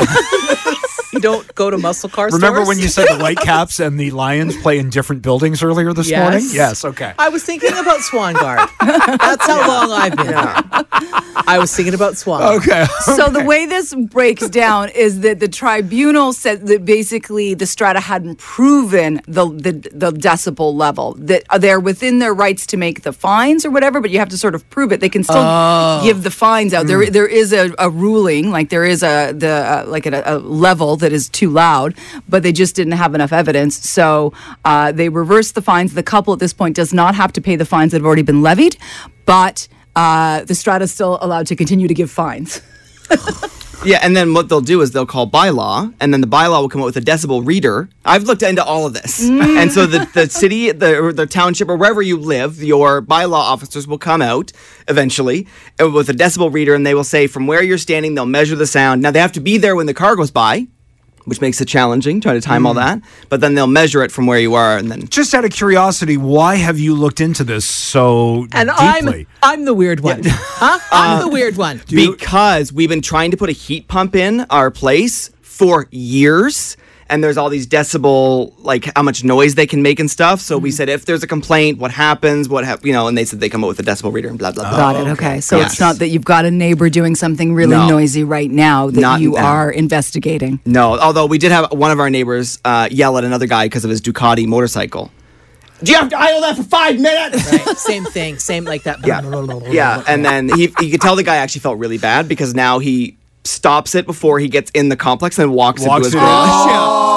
Speaker 9: you don't go to muscle cars.
Speaker 15: Remember when you said
Speaker 14: [LAUGHS]
Speaker 15: the Whitecaps and the Lions play in different buildings earlier this morning? Yes, okay.
Speaker 9: I was thinking about
Speaker 14: [LAUGHS]
Speaker 9: Swangard. That's how long I've been. I was thinking about Swangard.
Speaker 15: Okay. [LAUGHS]
Speaker 14: So the way this breaks down is that the tribunal said that basically the strata hadn't proven the the, the decibel level that they're within their rights to make the fines or whatever, but you have to sort of prove it. They can still
Speaker 9: Oh.
Speaker 14: give the fines out. There
Speaker 9: Mm.
Speaker 14: there is a, a ruling like there is a the uh, like a, a level that is too loud, but they just didn't have enough evidence, so uh, they reversed the fines. The couple at this point does not have to pay the fines that have already been levied, but. Uh, the strata is still allowed to continue to give fines.
Speaker 11: Yeah, and then what they'll do is they'll call bylaw, and then the bylaw will come out with a decibel reader. I've looked into all of this,
Speaker 13: Mm.
Speaker 11: and so the, the city, the or the township, or wherever you live, your bylaw officers will come out eventually uh, with a decibel reader, and they will say from where you're standing, they'll measure the sound. Now they have to be there when the car goes by, which makes it challenging trying to time all that. But then they'll measure it from where you are, and then
Speaker 15: Just out of curiosity, why have you looked into this so
Speaker 9: And
Speaker 15: deeply?
Speaker 9: I'm
Speaker 15: Uh,
Speaker 9: I'm the weird one. Huh? I'm the weird one.
Speaker 11: because we've been trying to put a heat pump in our place for years and there's all these decibel like how much noise they can make and stuff so we said if there's a complaint what happens what hap- you know and they said they come up with a decibel reader and blah blah blah
Speaker 14: Got it. Oh, Okay. So
Speaker 11: Yes.
Speaker 14: it's not that you've got a neighbor doing something really
Speaker 11: No.
Speaker 14: noisy right now that
Speaker 11: Not
Speaker 14: you
Speaker 11: now.
Speaker 14: are investigating.
Speaker 11: no although we did have one of our neighbors uh, yell at another guy because of his ducati motorcycle Do you have to idle that for five minutes?
Speaker 9: Same thing. Same like that.
Speaker 11: [LAUGHS] yeah and then he, he could tell the guy actually felt really bad because now he stops it before he gets in the complex and walks,
Speaker 15: Walks
Speaker 11: into his
Speaker 15: into
Speaker 11: garage.
Speaker 15: [LAUGHS] his-
Speaker 11: So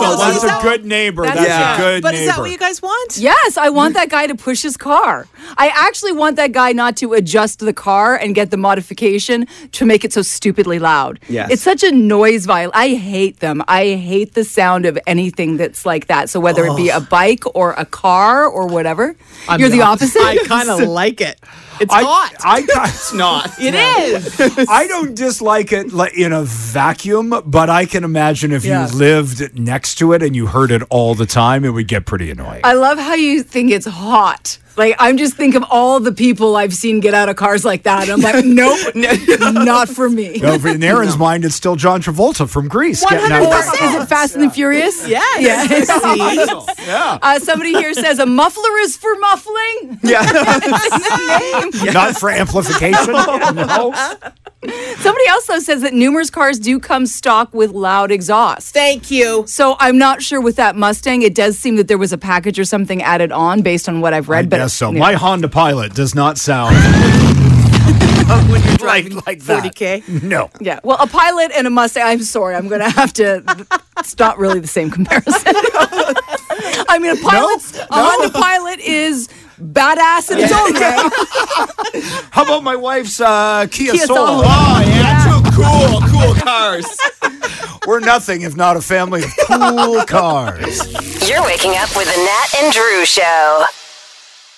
Speaker 14: Oh.
Speaker 15: So
Speaker 11: that's
Speaker 15: that's a good neighbor. That's,
Speaker 11: Yeah.
Speaker 15: a good
Speaker 14: But
Speaker 15: neighbor.
Speaker 14: is that what
Speaker 9: you guys want?
Speaker 14: Yes, I want that guy to push his car. I actually want that guy not to adjust the car and get the modification to make it so stupidly loud.
Speaker 21: Yes.
Speaker 14: It's such a noise viol. I hate them. I hate the sound of anything that's like that. So whether it be a bike or a car or whatever,
Speaker 9: I'm
Speaker 14: you're the
Speaker 9: not.
Speaker 14: opposite.
Speaker 9: I kinda
Speaker 14: [LAUGHS]
Speaker 9: like it. It's
Speaker 15: I-
Speaker 9: hot.
Speaker 15: [LAUGHS] I, it's
Speaker 11: not.
Speaker 9: It
Speaker 15: is. I don't dislike it like, in a vacuum, but I can imagine if
Speaker 14: Yeah.
Speaker 15: you lived next to it and you heard it all the time, it would get pretty annoying.
Speaker 14: I love how you think it's hot. Like I'm just think of all the people I've seen get out of cars like that. and I'm
Speaker 15: [LAUGHS]
Speaker 14: like, nope, not for me.
Speaker 15: You know,
Speaker 14: [LAUGHS]
Speaker 15: in Aaron's mind, it's still John Travolta from Greece.
Speaker 14: One
Speaker 15: getting out
Speaker 14: hundred
Speaker 15: of the
Speaker 14: percent. Is it Fast and the Furious?
Speaker 9: Yes.
Speaker 14: Yes.
Speaker 9: [LAUGHS] See?
Speaker 14: Uh, somebody here says a muffler is for muffling. [LAUGHS]
Speaker 15: [LAUGHS] Yeah.
Speaker 14: It's the name.
Speaker 15: Not for amplification. [LAUGHS] no.
Speaker 14: Somebody else though says that numerous cars do come stock with loud exhaust.
Speaker 9: Thank you.
Speaker 14: So I'm not sure with that Mustang. It does seem that there was a package or something added on based on what I've read.
Speaker 15: I
Speaker 14: but
Speaker 15: guess so. My Honda Pilot does not [LAUGHS] sound
Speaker 9: when you're
Speaker 15: driving like that.
Speaker 9: 40K?
Speaker 15: No.
Speaker 14: Yeah. Well, a pilot and a Mustang. I'm sorry. I'm going to have to. It's not really the same comparison. [LAUGHS] I mean, a pilot's a Honda pilot is badass in its own
Speaker 15: [LAUGHS]
Speaker 14: way.
Speaker 15: How about my wife's uh, Kia,
Speaker 14: Kia
Speaker 15: Soul?
Speaker 14: Soul.
Speaker 15: Oh, yeah.
Speaker 11: cool, cool cars.
Speaker 15: [LAUGHS] We're nothing if not a family of [LAUGHS] cool cars.
Speaker 2: You're waking up with the Nat and Drew Show.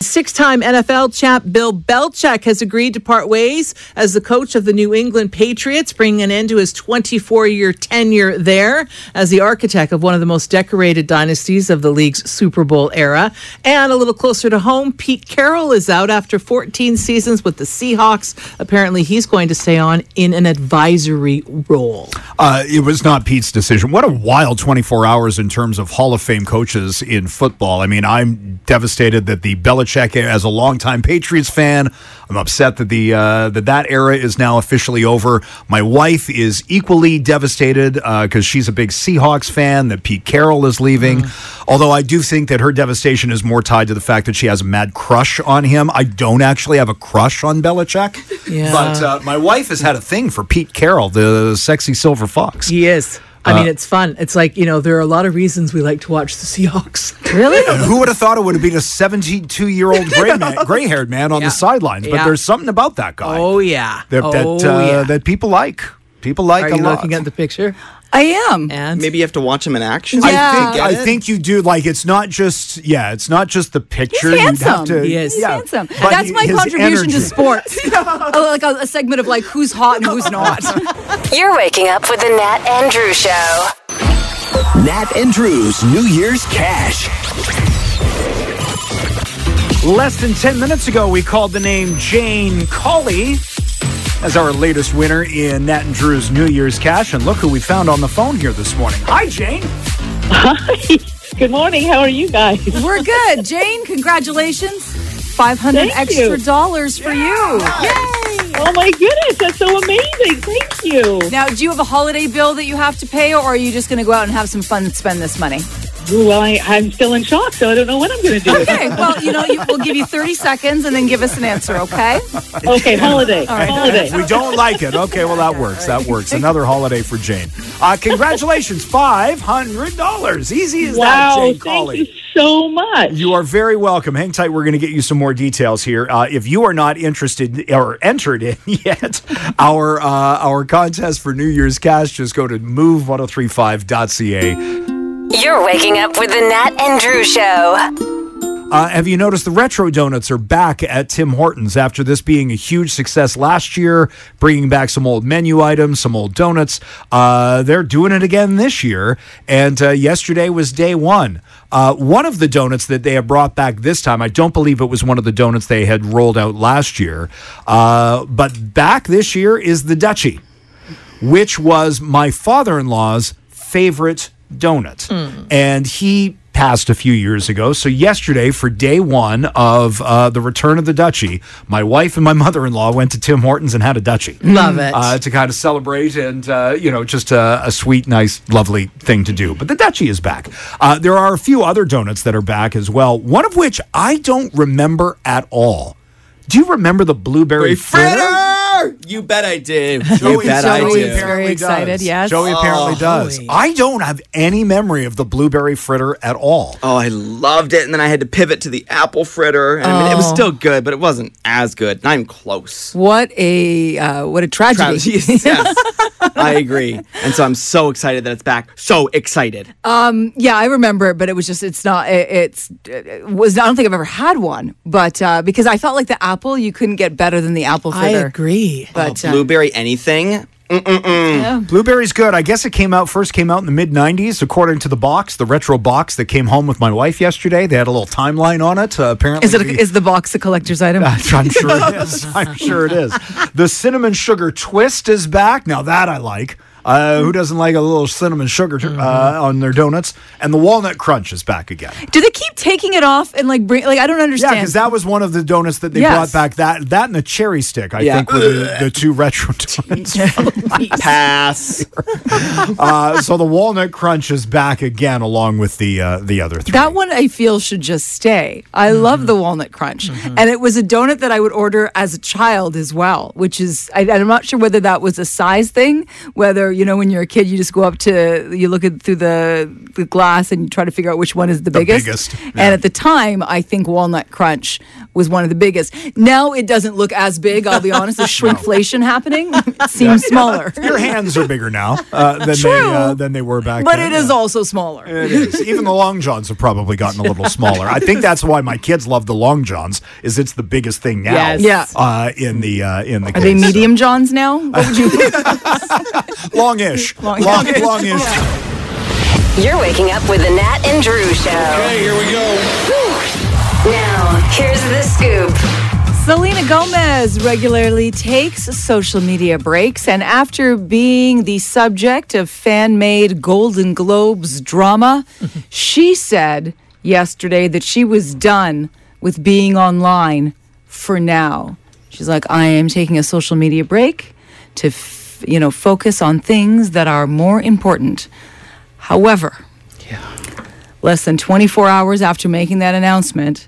Speaker 16: Six time NFL champ Bill Belichick has agreed to part ways as the coach of the New England Patriots, bringing an end to his 24 year tenure there as the architect of one of the most decorated dynasties of the league's Super Bowl era. And a little closer to home, Pete Carroll is out after 14 seasons with the Seahawks. Apparently, he's going to stay on in an advisory role.
Speaker 15: Uh, it was not Pete's decision. What a wild 24 hours in terms of Hall of Fame coaches in football. I mean, I'm devastated that the Belichick, as a longtime Patriots fan, I'm upset that the uh, that that era is now officially over. My wife is equally devastated because she's a big Seahawks fan. That Pete Carroll is leaving. Although I do think that her devastation is more tied to the fact that she has a mad crush on him. I don't actually have a crush on Belichick.
Speaker 16: Yeah.
Speaker 15: But uh, my wife has had a thing for Pete Carroll, the sexy silver fox.
Speaker 16: He is. I
Speaker 15: Uh,
Speaker 16: mean, it's fun. It's like, you know, there are a lot of reasons we like to watch the Seahawks.
Speaker 14: Really?
Speaker 16: [LAUGHS]
Speaker 15: Who would have thought it would have been a 72 year old gray man, gray haired man on the sidelines? But
Speaker 16: Yeah.
Speaker 15: there's something about that guy.
Speaker 16: Oh, yeah.
Speaker 15: That, that,
Speaker 16: Oh,
Speaker 15: uh,
Speaker 16: yeah.
Speaker 15: that people like. People like
Speaker 16: Are
Speaker 15: a
Speaker 16: you
Speaker 15: lot.
Speaker 16: looking at the picture?
Speaker 14: I am.
Speaker 16: And
Speaker 11: Maybe you have to watch him in action.
Speaker 15: I think I think you do like it's not just yeah it's not just the picture
Speaker 14: He's
Speaker 15: you have
Speaker 14: handsome.
Speaker 15: to
Speaker 14: He's
Speaker 15: yeah,
Speaker 14: handsome.
Speaker 15: but
Speaker 14: That's my
Speaker 15: his
Speaker 14: contribution to
Speaker 15: energy.
Speaker 14: sports.
Speaker 15: [LAUGHS]
Speaker 14: [LAUGHS] Oh, like a, a segment of like who's hot and who's not.
Speaker 2: You're waking up with the Nat and Drew Show.
Speaker 13: Nat and Drew's New Year's Cash.
Speaker 15: Less than 10 minutes ago, we called the name Jane Colley as our latest winner in Nat and Drew's New Year's Cash. And look who we found on the phone here this morning. Hi, Jane.
Speaker 17: Hi. Good morning. How are you guys?
Speaker 14: We're good. Jane, congratulations. 500
Speaker 17: Thank
Speaker 14: extra
Speaker 17: you.
Speaker 14: dollars for you.
Speaker 17: Oh my goodness, that's so amazing. Thank you.
Speaker 14: Now, do you have a holiday bill that you have to pay, or are you just going to go out and have some fun and spend this money?
Speaker 17: Ooh, Well, I, I'm still in shock, so I don't know what I'm going to do.
Speaker 14: Okay, well, you know, you, we'll give you 30 seconds and then give us an answer, okay?
Speaker 17: Okay,
Speaker 16: [LAUGHS]
Speaker 17: holiday.
Speaker 14: All right.
Speaker 17: Holiday.
Speaker 15: We don't like it. Okay, well, that works. That works. Another holiday for Jane. Uh, congratulations, $500. Easy as that,
Speaker 17: Wow,
Speaker 15: Jane
Speaker 17: thank
Speaker 15: Colley.
Speaker 17: you so much.
Speaker 15: You are very welcome. Hang tight. We're going to get you some more details here. Uh, if you are not interested or entered in [LAUGHS] yet our uh, our contest for New Year's cash, just go to move1035.ca.
Speaker 2: You're waking up with the Nat and Drew Show.
Speaker 15: Uh, have you noticed the retro donuts are back at Tim Hortons after this being a huge success last year, bringing back some old menu items, some old donuts? Uh, they're doing it again this year, and uh, yesterday was day one. Uh, one of the donuts that they have brought back this time, I don't believe it was one of the donuts they had rolled out last year, uh, but back this year is the Dutchie which was my father in law's favorite donut. And he passed a few years ago. So, yesterday, for day one of uh, the return of the Dutchie, my wife and my [LAUGHS] mother in law went to Tim Hortons and had a Dutchie.
Speaker 16: Love it.
Speaker 15: Uh, to kind of celebrate and, uh, you know, just a, a sweet, nice, lovely thing to do. But the Dutchie is back. Uh, there are a few other donuts that are back as well, one of which I don't remember at all. Do you remember the blueberry fritter?
Speaker 11: You bet I did.
Speaker 15: Joey,
Speaker 11: [LAUGHS] you bet I
Speaker 15: Joey
Speaker 11: did.
Speaker 15: apparently
Speaker 14: Oh, Very excited,
Speaker 15: does.
Speaker 14: yes.
Speaker 15: Joey apparently
Speaker 11: Oh.
Speaker 15: does. I don't have any memory of the blueberry fritter at all.
Speaker 11: Oh, I loved it. And then I had to pivot to the apple fritter. And I mean, it was
Speaker 14: Oh.
Speaker 11: still good, but it wasn't as good. Not even close.
Speaker 14: What a uh, what a tragedy.
Speaker 11: Travis, [LAUGHS] yes, yes. I agree. And so I'm so excited that it's back. So excited.
Speaker 14: Um, [LAUGHS] yeah, I remember it, but it was just it's not it, it's it was I don't think I've ever had one, but uh, because I felt like the apple, you couldn't get better than the apple
Speaker 16: I
Speaker 14: fritter.
Speaker 16: agree.
Speaker 14: But uh,
Speaker 11: Blueberry anything? Mm-mm-mm.
Speaker 15: Blueberry's good. I guess it came out first came out in the mid 90s according to the box, the retro box that came home with my wife yesterday. They had a little timeline on it. Uh, apparently
Speaker 14: is it
Speaker 15: the-
Speaker 14: is the box a collector's item?
Speaker 15: [LAUGHS] I'm
Speaker 14: [LAUGHS]
Speaker 15: sure it is. I'm sure it is. The cinnamon sugar twist is back. Now that I like. Uh, who doesn't like a little cinnamon sugar uh,
Speaker 14: Mm-hmm.
Speaker 15: on their donuts? And the walnut crunch is back again.
Speaker 14: Do they keep taking it off and like bring like I don't understand?
Speaker 15: Yeah, because that was one of the donuts that they
Speaker 14: Yes.
Speaker 15: brought back. That that and the cherry stick, I
Speaker 11: Yeah.
Speaker 15: think, were the, the
Speaker 14: [LAUGHS]
Speaker 15: two retro donuts.
Speaker 11: Pass.
Speaker 15: uh, so the walnut crunch is back again, along with the uh, the other three.
Speaker 14: That one I feel should just stay. I love the walnut crunch. And it was a donut that I would order as a child as well, which is, I, I'm not sure whether that was a size thing, whether, you know, when you're a kid, you just go up to, you look at, through the, the glass and you try to figure out which one is the,
Speaker 15: The
Speaker 14: biggest.
Speaker 15: biggest,
Speaker 14: And at the time, I think walnut crunch was one of the biggest. Now it doesn't look as big, I'll [LAUGHS] be honest. The shrinkflation happening [LAUGHS] it seems
Speaker 15: Yeah.
Speaker 14: smaller.
Speaker 15: Your hands are bigger now uh, than they uh, than they were back
Speaker 14: But
Speaker 15: then.
Speaker 14: it is also smaller.
Speaker 15: It is. Even the long johns have probably gotten
Speaker 14: [LAUGHS]
Speaker 15: a little smaller. I think that's why my kids love the long johns. Is it's the biggest thing now?
Speaker 14: Yes. Yeah.
Speaker 15: Uh, in the uh, in the
Speaker 14: Are they
Speaker 15: kids.
Speaker 14: medium Johns now? What would you
Speaker 15: longish, long, long, longish.
Speaker 14: [LAUGHS]
Speaker 2: You're waking up with the Nat and Drew show. Okay, here we go. Now, here's the scoop.
Speaker 14: Selena Gomez regularly takes social media breaks, and after being the subject of fan made Golden Globes drama, she said yesterday that she was done with being online for now. She's like, I am taking a social media break to, f- you know, focus on things that are more important. However, less than 24 hours after making that announcement,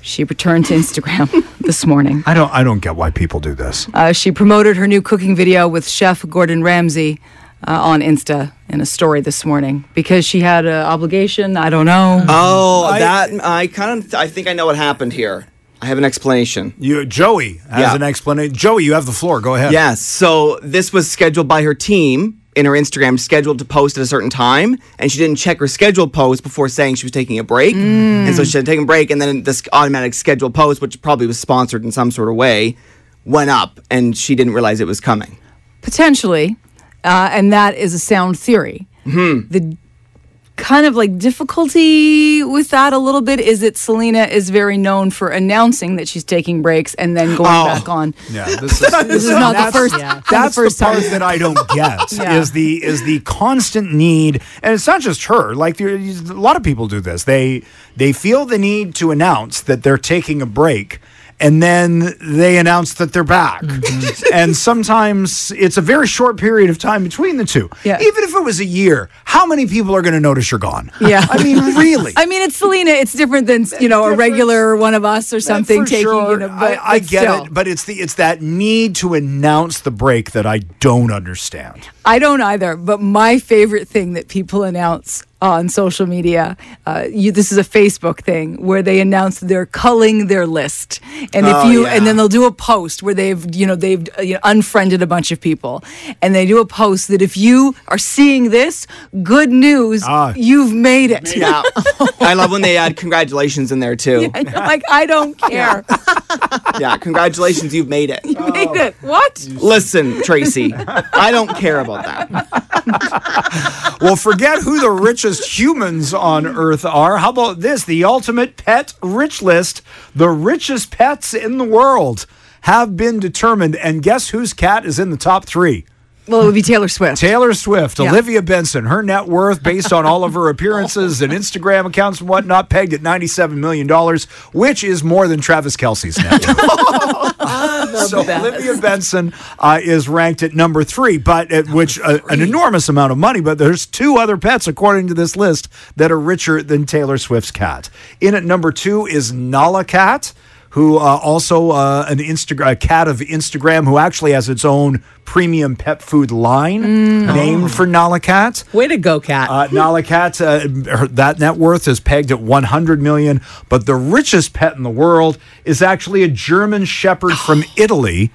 Speaker 14: she returned to Instagram this morning.
Speaker 15: I don't I don't get why people do this.
Speaker 14: Uh, she promoted her new cooking video with chef Gordon Ramsay uh, on Insta in a story this morning because she had an obligation. I don't know.
Speaker 15: Uh-huh.
Speaker 14: Uh,
Speaker 11: Oh, that I kind of I think I know what happened here. I have an explanation.
Speaker 15: You, Joey has an explanation. Joey, you have the floor. Go ahead.
Speaker 11: Yes. So this was scheduled by her team in her Instagram, scheduled to post at a certain time, and she didn't check her scheduled post before saying she was taking a break, and so she had taken a break, and then this automatic scheduled post, which probably was sponsored in some sort of way, went up, and she didn't realize it was coming.
Speaker 14: Potentially. Uh, and that is a sound theory.
Speaker 15: Hmm.
Speaker 14: The kind of like difficulty with that a little bit is that Selena is very known for announcing that she's taking breaks and then going
Speaker 15: Oh.
Speaker 14: back on. [LAUGHS]
Speaker 15: Yeah, this
Speaker 11: [LAUGHS]
Speaker 15: is, [LAUGHS]
Speaker 14: This is not the
Speaker 15: that's-
Speaker 14: first- Yeah. not the
Speaker 15: That's the,
Speaker 14: first time.
Speaker 15: part that I don't
Speaker 14: [LAUGHS]
Speaker 15: get
Speaker 14: Yeah.
Speaker 15: is the is the constant need, and it's not just her. Like there, a lot of people do this. They they feel the need to announce that they're taking a break. And then they announce that they're back.
Speaker 14: Mm-hmm.
Speaker 15: and sometimes it's a very short period of time between the two. Yeah. Even if it was a year, how many people are going to notice you're gone?
Speaker 14: Yeah.
Speaker 15: I mean, really.
Speaker 14: [LAUGHS] I mean, it's Selena. It's different than, you know, a regular one of us or something
Speaker 15: for
Speaker 14: taking,
Speaker 15: sure.
Speaker 14: you know, but,
Speaker 15: I, I
Speaker 14: but
Speaker 15: get
Speaker 14: still.
Speaker 15: it, but it's the it's that need to announce the break that I don't understand.
Speaker 14: I don't either, but my favorite thing that people announce on social media, uh, you, this is a Facebook thing where they announce they're culling their list, and
Speaker 18: Oh,
Speaker 14: if you,
Speaker 18: yeah.
Speaker 14: and then they'll do a post where they've, you know, they've uh, you know, unfriended a bunch of people, and they do a post that if you are seeing this, good news, you've made [LAUGHS] it.
Speaker 11: Yeah, [LAUGHS] I love when they add congratulations in there too.
Speaker 14: And you're like I don't care.
Speaker 11: yeah, congratulations, you've made it.
Speaker 14: You made it. What?
Speaker 11: Listen, Tracy, I don't care about that.
Speaker 15: well, forget who the richest humans on Earth are. How about this? The ultimate pet rich list. The richest pets in the world have been determined, and guess whose cat is in the top three?
Speaker 14: Well, it would be Taylor Swift.
Speaker 15: Taylor Swift,
Speaker 14: Yeah.
Speaker 15: Olivia Benson, her net worth based on all
Speaker 14: [LAUGHS]
Speaker 15: of her appearances and Instagram accounts and whatnot, pegged at $97 million, which is more than Travis Kelsey's net worth.
Speaker 14: [LAUGHS]
Speaker 15: [LAUGHS] so Olivia Benson uh, is ranked at number three, but at which uh, an enormous amount of money. But there's two other pets according to this list that are richer than Taylor Swift's cat. In at number two is Nala Cat. Who uh, also uh, an Instagram a cat of Instagram who actually has its own premium pet food line named for Nala Cat.
Speaker 16: Way to go, cat!
Speaker 15: Uh, Nala Cat, uh, her, that net worth is pegged at 100 million, but the richest pet in the world is actually a German Shepherd
Speaker 16: [GASPS]
Speaker 15: from Italy.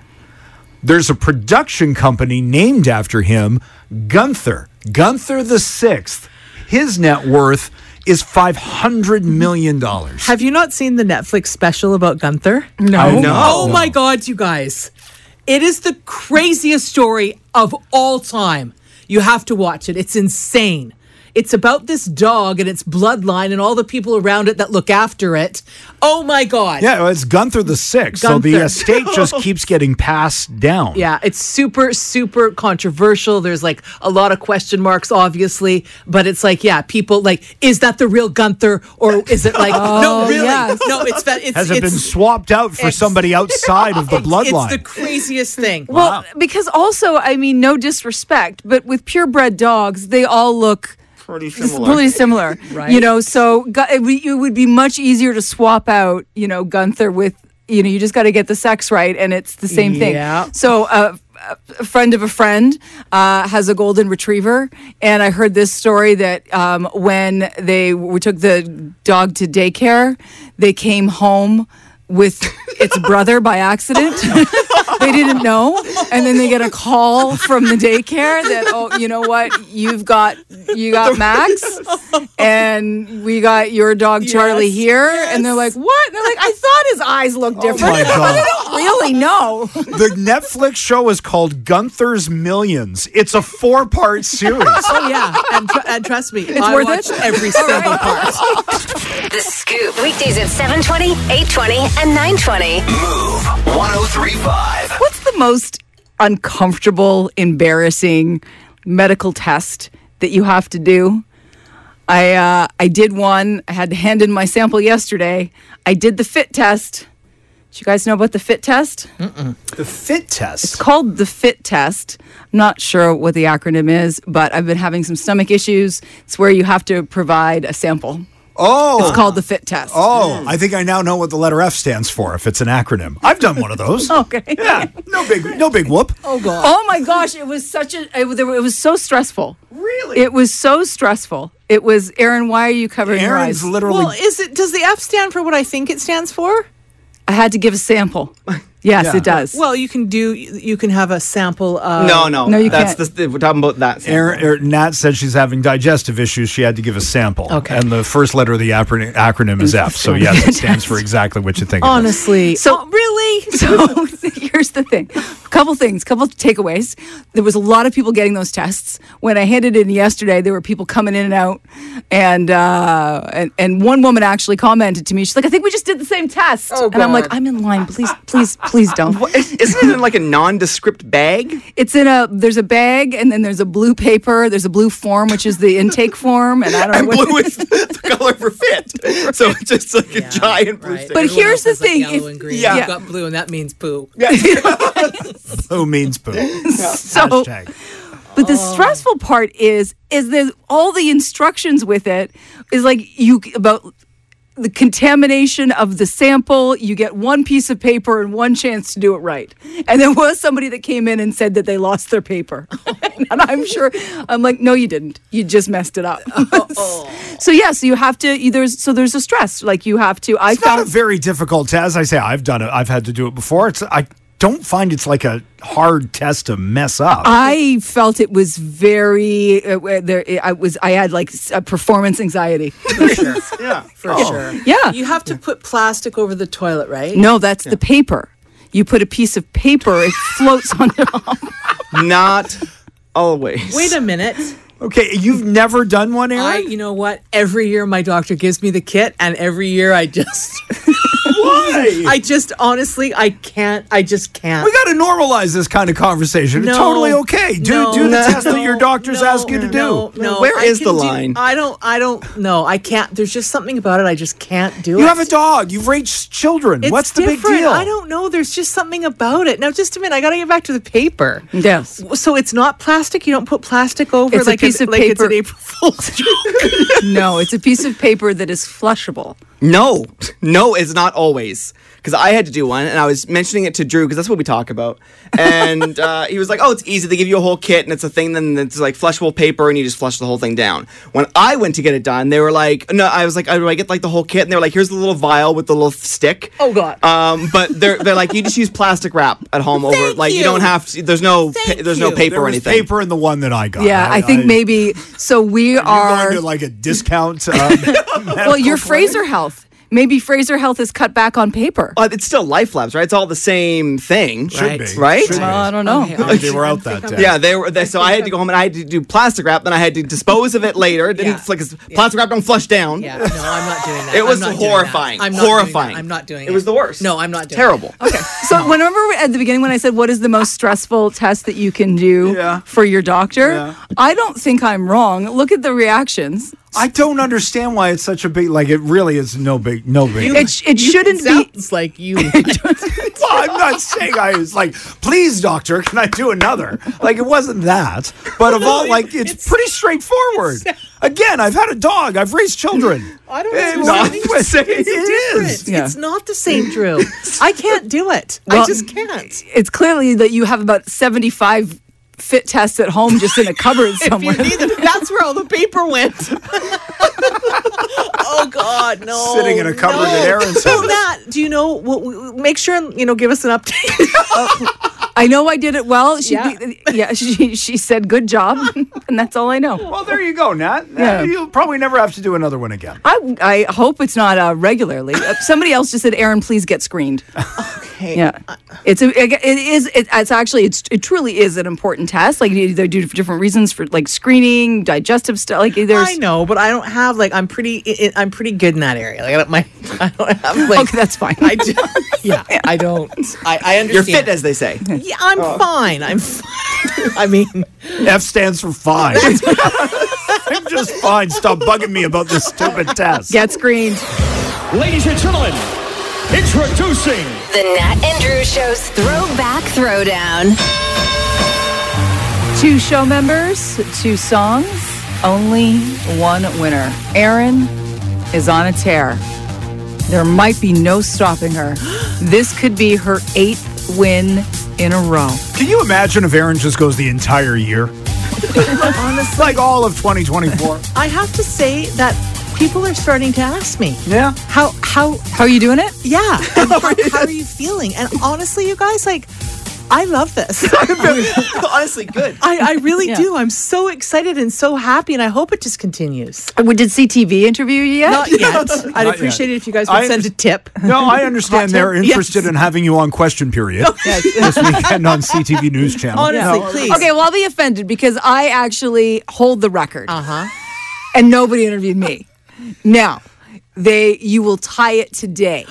Speaker 15: There's a production company named after him, Gunther. Gunther the Sixth. His net worth is 500 million dollars.
Speaker 16: Have you not seen the Netflix special about Gunther? No.
Speaker 15: I know.
Speaker 16: Oh my God, you guys. It is the craziest story of all time. You have to watch it. It's insane. It's about this dog and its bloodline and all the people around it that look after it. Oh my God.
Speaker 15: Yeah, well, it's Gunther the Sixth. So the
Speaker 16: Gunther.
Speaker 15: estate
Speaker 16: [LAUGHS]
Speaker 15: just keeps getting passed down.
Speaker 16: Yeah, it's super, super controversial. There's like a lot of question marks, obviously, but it's like, yeah, people like, is that the real Gunther or is it
Speaker 15: [LAUGHS]
Speaker 16: like, no,
Speaker 15: Oh,
Speaker 16: really?
Speaker 15: yes.
Speaker 16: No, it's that. It's,
Speaker 15: Has it
Speaker 16: it's,
Speaker 15: been swapped out for
Speaker 16: [LAUGHS]
Speaker 15: somebody outside of the bloodline?
Speaker 16: It's the craziest thing.
Speaker 14: Well, because also, I mean, no disrespect, but with purebred dogs, they all look pretty
Speaker 11: similar.
Speaker 14: Pretty similar,
Speaker 11: [LAUGHS] Right.
Speaker 14: you know. So gu- it would- it would be much easier to swap out, you know, Gunther with, you know, you just got to get the sex right, and it's the same
Speaker 16: Yeah.
Speaker 14: thing. So. Uh, a friend of a friend uh, has a golden retriever, and I heard this story that um, when they we took the dog to daycare, they came home with its brother by accident. [LAUGHS] they didn't know, and then they get a call from the daycare that oh, you know what, you've got you got Max, and we got your dog Charlie here, and they're like, what? And they're like, I thought his eyes looked
Speaker 16: Oh,
Speaker 14: different, [LAUGHS]
Speaker 15: Oh my
Speaker 14: but I
Speaker 15: God.
Speaker 14: don't really know.
Speaker 15: The Netflix show is called Gunther's Millions. It's a four part series.
Speaker 16: Oh yeah, and, tr- and trust me,
Speaker 14: It's
Speaker 16: I
Speaker 14: worth
Speaker 16: watched
Speaker 14: it?
Speaker 16: [LAUGHS] every
Speaker 14: All
Speaker 16: single
Speaker 14: right.
Speaker 16: part. [LAUGHS]
Speaker 2: The Scoop. Weekdays at 720, 820, and 920. Move 1035.
Speaker 14: What's the most uncomfortable, embarrassing medical test that you have to do? I uh, I did one. I had to hand in my sample yesterday. I did the fit test. Do you guys know about the fit test?
Speaker 15: The fit test. It's
Speaker 14: called the fit test. I'm not sure what the acronym is, but I've been having some stomach issues. It's where you have to provide a sample.
Speaker 15: Oh.
Speaker 14: It's called the fit test.
Speaker 15: Oh, I think I now know what the letter F stands for if it's an acronym. I've done one of
Speaker 14: [LAUGHS]
Speaker 15: those.
Speaker 14: okay.
Speaker 15: Yeah, no big no big whoop.
Speaker 14: Oh god. Oh my gosh, it was such a it, was- it was so stressful.
Speaker 16: Really?
Speaker 14: It was so stressful. It was Aaron, why are you covering your eyes?
Speaker 16: Well, is it? Does the F stand for what I think it stands for?
Speaker 14: I had to give a sample. Yes, it does.
Speaker 16: Well, you can do. You can have a sample of.
Speaker 11: no, no, that's The, we're talking about that.
Speaker 15: Aaron, er, Nat said she's having digestive issues. She had to give a sample. Okay. And the first letter of the acronym, acronym is F. So, yes, it stands for exactly what you think. it is.
Speaker 16: Honestly.
Speaker 14: So really? [LAUGHS] So here's the thing. A couple things, couple takeaways. There was a lot of people getting those tests. When I handed in yesterday, there were people coming in and out. And uh and, and one woman actually commented to me, she's like, I think we just did the same test. and I'm like,
Speaker 11: God.
Speaker 14: I'm in line. Please, please, please don't.
Speaker 11: Isn't it in like a nondescript [LAUGHS] bag?
Speaker 14: It's in a there's a bag and then there's a blue paper, there's a blue form, which is the intake
Speaker 15: [LAUGHS]
Speaker 14: form, and I don't know what
Speaker 11: So it's just like a giant blue sticker.
Speaker 14: But here's the thing. if-
Speaker 16: Yeah.
Speaker 14: yeah.
Speaker 16: You've got blue, and that means poo.
Speaker 14: [LAUGHS]
Speaker 15: [LAUGHS] Who means poo?
Speaker 14: So-
Speaker 15: Hashtag. Oh.
Speaker 14: But the stressful part is is that all the instructions with it is like you about the contamination of the sample. You get one piece of paper and one chance to do it right. And there was somebody that came in and said that they lost their
Speaker 15: [LAUGHS]
Speaker 14: paper.
Speaker 15: Oh,
Speaker 14: [LAUGHS] and I'm sure I'm like, no, you didn't. You just messed it
Speaker 15: [LAUGHS]
Speaker 14: up.
Speaker 15: Oh.
Speaker 14: [LAUGHS] so yeah, so you have to. you- There's so there's a stress. Like you have to. I
Speaker 15: It's
Speaker 14: found
Speaker 15: not a very difficult test. I say I've done it. I've had to do it before. It's I don't find it's like a hard test to mess up.
Speaker 14: I felt it was very uh, where there. I was. I had like s- uh, performance anxiety.
Speaker 16: [LAUGHS] Yeah, for
Speaker 11: Oh.
Speaker 16: sure.
Speaker 14: [LAUGHS] Yeah.
Speaker 16: You have to put plastic over the toilet,
Speaker 14: [LAUGHS]
Speaker 16: right?
Speaker 14: No, that's the paper. You put a piece of paper, [LAUGHS] it floats on top.
Speaker 11: Not always.
Speaker 16: Wait a minute.
Speaker 15: Okay, you've never done one, Aaron?
Speaker 16: I, you know what? Every year my doctor gives me the kit, and every year I just.
Speaker 15: Why?
Speaker 16: [LAUGHS] I just honestly, I can't. I just can't.
Speaker 15: We got to normalize this kind of conversation.
Speaker 16: No.
Speaker 15: it's totally okay. Do
Speaker 16: No.
Speaker 15: do the
Speaker 16: No.
Speaker 15: test that your doctors ask you to
Speaker 16: No,
Speaker 15: do.
Speaker 16: no.
Speaker 15: Where
Speaker 16: I
Speaker 15: is
Speaker 16: can
Speaker 15: the
Speaker 16: do-
Speaker 15: line?
Speaker 16: I don't. I don't know. I can't. There's just something about it. I just can't do it.
Speaker 15: you have a dog. You've raised children.
Speaker 16: It's
Speaker 15: What's the
Speaker 16: different.
Speaker 15: big deal?
Speaker 16: I don't know. There's just something about it. Now, just a minute. I got to get back to the paper.
Speaker 14: Yes.
Speaker 16: So it's not plastic. You don't put plastic over
Speaker 14: It's a
Speaker 16: like
Speaker 14: piece of
Speaker 16: like it's an
Speaker 14: paper.
Speaker 16: April Fool's
Speaker 15: [LAUGHS]
Speaker 14: [LAUGHS]
Speaker 16: joke.
Speaker 14: no, it's a piece of paper that is flushable.
Speaker 11: No, no, it's not always. Because I had to do one, and I was mentioning it to Drew because that's what we talk about. And uh, he was like, "Oh, it's easy. They give you a whole kit, and it's a thing. Then it's like flushable paper, and you just flush the whole thing down." When I went to get it done, they were like, "No," I was like, "Oh, do I get like the whole kit?" And they were like, "Here's the little vial with the little stick."
Speaker 16: Oh God.
Speaker 11: Um, but they're they're like, "You just use plastic wrap at home over. Like you.
Speaker 14: you.
Speaker 11: don't have to. There's no pa- there's no
Speaker 15: you.
Speaker 11: paper
Speaker 15: There
Speaker 11: or
Speaker 15: was
Speaker 11: anything.
Speaker 15: paper in the one that I got.
Speaker 14: yeah, I, think maybe. So we
Speaker 15: Going
Speaker 14: are.
Speaker 15: to like a
Speaker 16: [LAUGHS]
Speaker 15: discount. Um,
Speaker 14: well, your Fraser Health. Maybe Fraser Health is cut back on paper.
Speaker 11: Uh, it's still Life Labs, right? It's all the same thing,
Speaker 15: Should Right. be.
Speaker 11: right?
Speaker 15: Should be. Well, I
Speaker 14: don't know.
Speaker 15: Maybe they were out that
Speaker 16: [LAUGHS]
Speaker 15: day.
Speaker 11: Yeah, they were. They, so I had to go home and I had to do plastic wrap. Then I had to dispose of it later. It Didn't like 'cause plastic wrap don't flush down.
Speaker 16: Yeah, no, I'm not doing that.
Speaker 11: It
Speaker 16: I'm
Speaker 11: was
Speaker 16: not doing that.
Speaker 11: horrifying.
Speaker 16: I'm not doing that.
Speaker 11: horrifying.
Speaker 16: I'm not doing it.
Speaker 11: It was the worst.
Speaker 16: No, I'm not doing Oh,
Speaker 11: Terrible.
Speaker 14: Okay. [LAUGHS] So whenever at the beginning when I said what is the most stressful test that you can do for your doctor, I don't think I'm wrong. Look at the reactions.
Speaker 15: I don't understand why it's such a big. Like it really is no big, no big.
Speaker 14: it sh-
Speaker 16: [LAUGHS]
Speaker 14: it shouldn't be.
Speaker 16: It's like
Speaker 15: [LAUGHS]
Speaker 16: you. [LAUGHS]
Speaker 15: well, I'm not saying I was like, please, doctor, can I do another? Like, it wasn't that. But of all, like, it's, pretty straightforward. Again, I've had a dog. I've raised children.
Speaker 16: I don't
Speaker 15: Eh,
Speaker 16: know.
Speaker 15: [LAUGHS] no,
Speaker 16: It's-
Speaker 15: I'm saying
Speaker 16: it's
Speaker 15: it
Speaker 16: different.
Speaker 15: is. Yeah.
Speaker 16: It's not the same, [LAUGHS] Drew. I can't do it. I
Speaker 14: Well,
Speaker 16: [LAUGHS] just can't.
Speaker 14: It's clearly that you have about 75 fit tests at home just in a
Speaker 16: [LAUGHS]
Speaker 14: cupboard somewhere.
Speaker 16: That's where all the paper went. [LAUGHS] oh God, no!
Speaker 15: Sitting in a cupboard
Speaker 16: no.
Speaker 15: at Aaron's
Speaker 16: Do
Speaker 15: house.
Speaker 16: not. Do you know? What, we- make sure and you know. Give us an update. [LAUGHS]
Speaker 14: I know I did it well. She,
Speaker 16: Yeah.
Speaker 14: yeah, [LAUGHS] she, she said good job, [LAUGHS] and that's all I know.
Speaker 15: Well, there you go, Nat. Uh,
Speaker 14: Yeah.
Speaker 15: You'll probably never have to do another one again.
Speaker 14: I, I hope it's not uh, regularly. Uh, somebody else just said, "Aaron, please get screened."
Speaker 16: [LAUGHS] Okay.
Speaker 14: Yeah, it's a, it is it, it's actually it's it truly is an important test. Like they do it for different reasons for like screening, digestive stuff. Like there's
Speaker 16: I know, but I don't have like I'm pretty. I- I- I'm pretty good in that area. Like I don't, my, [LAUGHS] I don't have like.
Speaker 14: Okay, that's fine.
Speaker 16: I [LAUGHS] do, yeah, I don't. I, I understand.
Speaker 11: You're fit, as
Speaker 16: [LAUGHS]
Speaker 11: they say.
Speaker 16: Yeah, I'm
Speaker 15: Oh.
Speaker 16: fine. I'm. [LAUGHS] Fine. I mean,
Speaker 15: F stands for fine. [LAUGHS] I'm just fine. Stop bugging me about this stupid test.
Speaker 14: get screened.
Speaker 13: Ladies and gentlemen, introducing
Speaker 2: The Nat and Drew Show's Throwback Throwdown.
Speaker 14: Two show members, two songs, only one winner. Erin is on a tear. There might be no stopping her. [GASPS] This could be her eighth win in a row.
Speaker 15: Can you imagine if Aaron just goes the entire year?
Speaker 16: [LAUGHS] honestly,
Speaker 15: Like all of 2024.
Speaker 16: I have to say that people are starting to ask me.
Speaker 15: Yeah.
Speaker 16: How how
Speaker 14: How are you doing it?
Speaker 16: yeah? and how, how are you feeling? And honestly, you guys, like, I love this.
Speaker 11: Honestly, good.
Speaker 16: [LAUGHS] I, I really
Speaker 14: Yeah.
Speaker 16: do. I'm so excited and so happy, and I hope it just continues.
Speaker 14: Uh, Did CTV interview you yet? [LAUGHS]
Speaker 16: Not yet. I'd
Speaker 15: Not
Speaker 16: appreciate
Speaker 15: yet.
Speaker 16: it if you guys would
Speaker 15: I-
Speaker 16: send a tip.
Speaker 15: No,
Speaker 16: [LAUGHS]
Speaker 15: I understand they're
Speaker 16: Yes.
Speaker 15: interested in having you on question
Speaker 16: [LAUGHS]
Speaker 15: period this weekend on CTV News Channel.
Speaker 16: Honestly,
Speaker 15: No.
Speaker 16: please.
Speaker 14: Okay, well, I'll be offended because I actually hold the record. Uh
Speaker 16: Uh-huh.
Speaker 14: huh. And nobody interviewed [LAUGHS] me. now, they you will tie it [GASPS] today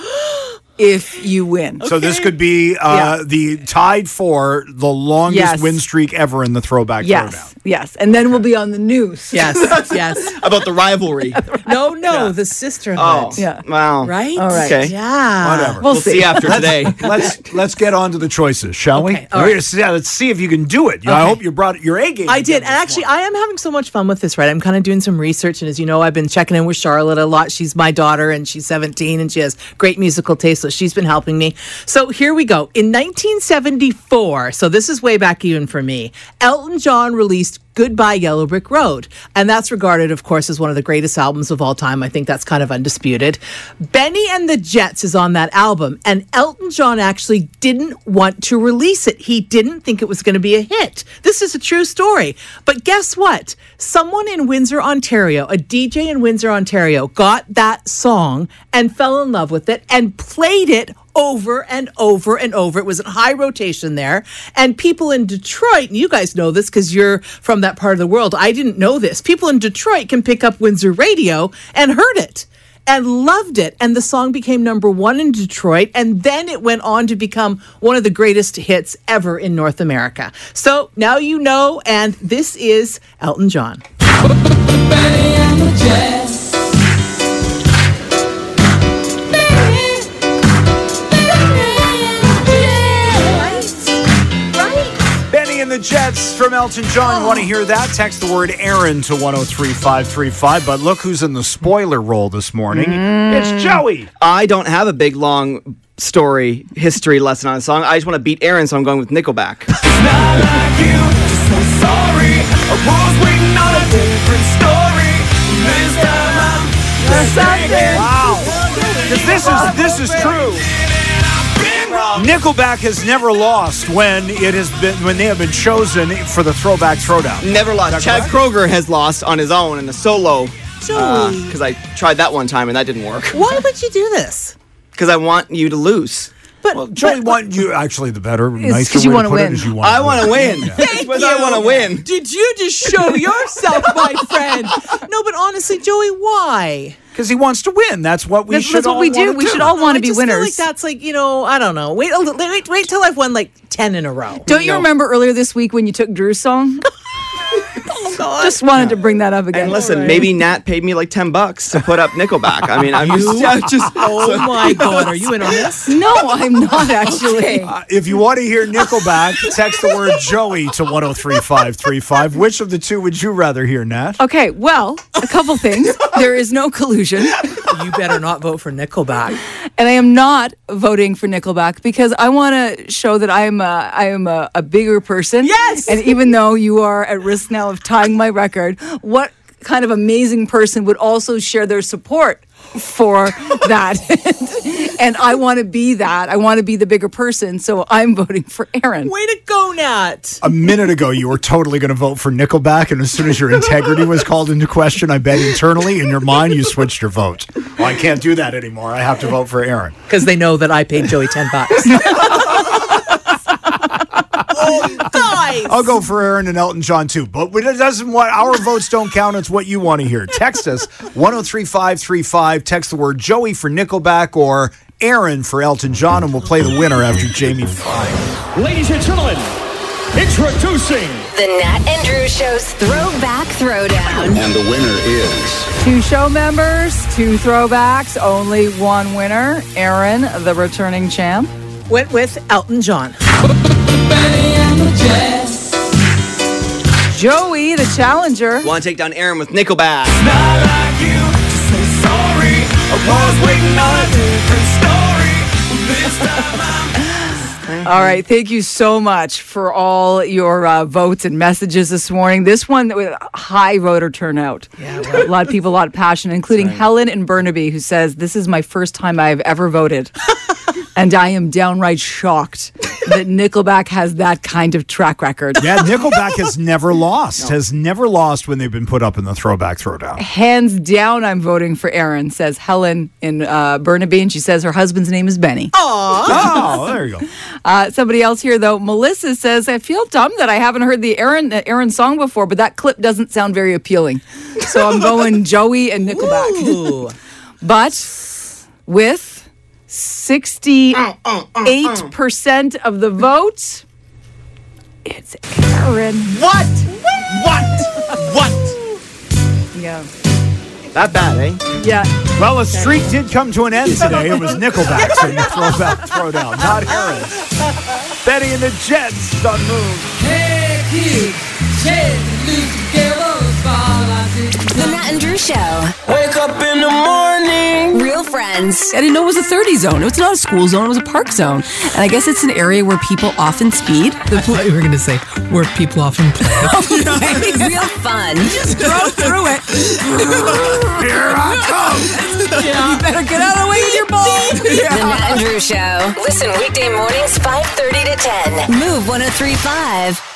Speaker 14: if you win.
Speaker 15: So this could be uh, the tied for the longest
Speaker 14: Yes.
Speaker 15: win streak ever in the throwback
Speaker 14: Yes,
Speaker 15: throwdown.
Speaker 14: yes, and then we'll be on the news.
Speaker 16: Yes, [LAUGHS] yes.
Speaker 11: About
Speaker 16: [LAUGHS]
Speaker 11: the rivalry.
Speaker 16: No, no, the sisterhood.
Speaker 11: Oh,
Speaker 14: Yeah.
Speaker 11: wow.
Speaker 16: Right?
Speaker 14: All right.
Speaker 11: Okay.
Speaker 16: Yeah.
Speaker 15: Whatever.
Speaker 11: We'll see after
Speaker 16: [LAUGHS]
Speaker 11: today.
Speaker 15: let's let's get on to the choices, shall we?
Speaker 16: all
Speaker 15: We're
Speaker 16: right.
Speaker 15: gonna see- yeah, Let's see if you can do it. Yeah, I hope you brought your A game.
Speaker 16: I did. And actually, I am having so much fun with this, right? I'm kind of doing some research. And as you know, I've been checking in with Charlotte a lot. She's my daughter and she's 17 and she has great musical taste. So she's been helping me. So here we go. In 1974, so this is way back even for me, Elton John released Goodbye Yellow Brick Road. And that's regarded, of course, as one of the greatest albums of all time. I think that's kind of undisputed. Benny and the Jets is on that album. And Elton John actually didn't want to release it. He didn't think it was going to be a hit. This is a true story. But guess what? Someone in Windsor, Ontario, a DJ in Windsor, Ontario, got that song and fell in love with it and played it over and over and over. It was in high rotation there. And people in Detroit, and you guys know this because you're from that part of the world. I didn't know this. People in Detroit can pick up Windsor Radio and heard it and loved it. And the song became number one in Detroit. And then it went on to become one of the greatest hits ever in North America. So now you know. And this is Elton John.
Speaker 15: Benny and the Jets from Elton John.
Speaker 16: Oh.
Speaker 15: Want to hear that? Text the word Aaron to 103535. But look who's in the spoiler roll this morning.
Speaker 16: Mm.
Speaker 15: It's Joey.
Speaker 11: I don't have a big long story history lesson on a song. I just want to beat Aaron, so I'm going with
Speaker 16: [LAUGHS]
Speaker 11: Nickelback.
Speaker 15: Wow. This is this is true. Nickelback has never lost when it has been when they have been chosen for the throwback throwdown.
Speaker 11: Never lost. Chad Kroger has lost on his own in a solo.
Speaker 16: Joey.
Speaker 11: Because I tried that one time and that didn't work.
Speaker 16: Why would you do this?
Speaker 11: Because I want you to lose.
Speaker 16: But,
Speaker 15: Joey
Speaker 16: but-
Speaker 15: want you actually the better,
Speaker 14: It's
Speaker 15: nicer
Speaker 14: 'cause you
Speaker 15: way
Speaker 14: wanna
Speaker 15: to put it
Speaker 14: win.
Speaker 15: is you want.
Speaker 11: I want to [LAUGHS] win. Because I want to win.
Speaker 16: Did you just
Speaker 11: [LAUGHS]
Speaker 16: show yourself, my friend? No, but honestly, Joey, why?
Speaker 15: because he wants to win. That's what we
Speaker 14: That's-
Speaker 15: should.
Speaker 14: that's what
Speaker 15: all
Speaker 14: we do.
Speaker 15: wanna
Speaker 14: We should all
Speaker 16: No,
Speaker 14: want
Speaker 16: I
Speaker 14: to be
Speaker 16: just feel
Speaker 14: winners.
Speaker 16: like that's like you know, I don't know. Wait, a li- wait, wait till I've won like ten in a row.
Speaker 14: Don't you remember earlier this week when you took Drew's song? Just wanted to bring that up again.
Speaker 11: And listen, maybe Nat paid me like 10 bucks to put up Nickelback. I mean, [LAUGHS] I'm just, I'm just [LAUGHS]
Speaker 16: Oh [LAUGHS] my God, are you in on this?
Speaker 14: No, I'm not actually.
Speaker 15: Uh, if you want to hear Nickelback, text the word Joey to 103535. Which of the two would you rather hear, Nat?
Speaker 14: Okay,
Speaker 11: [LAUGHS]
Speaker 14: well, a couple things. There is no collusion.
Speaker 16: You better not vote for Nickelback.
Speaker 14: and I am not voting for Nickelback because I want to show that I am a, I am a, a bigger person. Yes. And even though you are at risk now of tying my record, what kind of amazing person would also share their support for that? [LAUGHS] and I want to be that. I want to be the bigger person. So I'm voting for Aaron.
Speaker 16: Way to go, Nat.
Speaker 15: A minute ago, you were totally going to vote for Nickelback, and as soon as your integrity was called into question, I bet internally in your mind you switched your vote. Well, I can't do that anymore. I have to vote for Aaron.
Speaker 9: Because they know that I paid Joey 10 bucks.
Speaker 16: [LAUGHS] Guys.
Speaker 15: I'll go for Aaron and Elton John too. But it doesn't what our votes don't count. It's what you want to hear. Text us 103535. Text the word Joey for Nickelback or Aaron for Elton John, and we'll play the winner after Jamie Fine.
Speaker 2: Ladies and gentlemen, introducing the Nat and Drew Show's Throwback Throwdown.
Speaker 13: And the winner is.
Speaker 14: Two show members, two throwbacks, only one winner. Aaron, the returning champ.
Speaker 9: Went with
Speaker 21: [LAUGHS]
Speaker 9: Elton John.
Speaker 14: Joey, the challenger.
Speaker 11: Want to take down Aaron with Nickelback.
Speaker 14: All right, thank you so much for all your uh, votes and messages this morning. This one with high voter turnout. Yeah, a lot of people, a lot of passion, including Helen and Burnaby, who says, "This is my first time I've ever voted, and I am downright shocked that Nickelback has that kind of track record."
Speaker 15: Yeah, Nickelback has never lost. Has never lost when they've been put up in the throwback throwdown.
Speaker 14: Hands down, I'm voting for Aaron, says Helen in uh, Burnaby, and she says her husband's name is Benny.
Speaker 15: Oh, there you go.
Speaker 14: Uh, somebody else here, though, Melissa says, I feel dumb that I haven't heard the Aaron, uh, Aaron song before, but that clip doesn't sound very appealing. So I'm going Joey and Nickelback. but with 68% of the vote, it's Aaron.
Speaker 11: What? What? What?
Speaker 14: Yeah.
Speaker 11: That bad, eh?
Speaker 14: Yeah.
Speaker 15: Well, a streak did come to an end today. It was Nickelback's in the throwback throwdown, not Aaron. Betty and the Jets on Move.
Speaker 2: The Nat and Drew Show. Wake up in the morning. Real friends. [LAUGHS]
Speaker 1: I didn't know it was a 30 zone. It's not a school zone, it was a park zone. And I guess it's an area where people often speed. The pl-
Speaker 21: you were going to say where people often play.
Speaker 2: Real [LAUGHS] fun.
Speaker 1: just drove through it. Here I come. You better get out of the way with your ball.
Speaker 2: The Nat and Drew Show. Listen weekday mornings 5:30 to 10. Move 1035.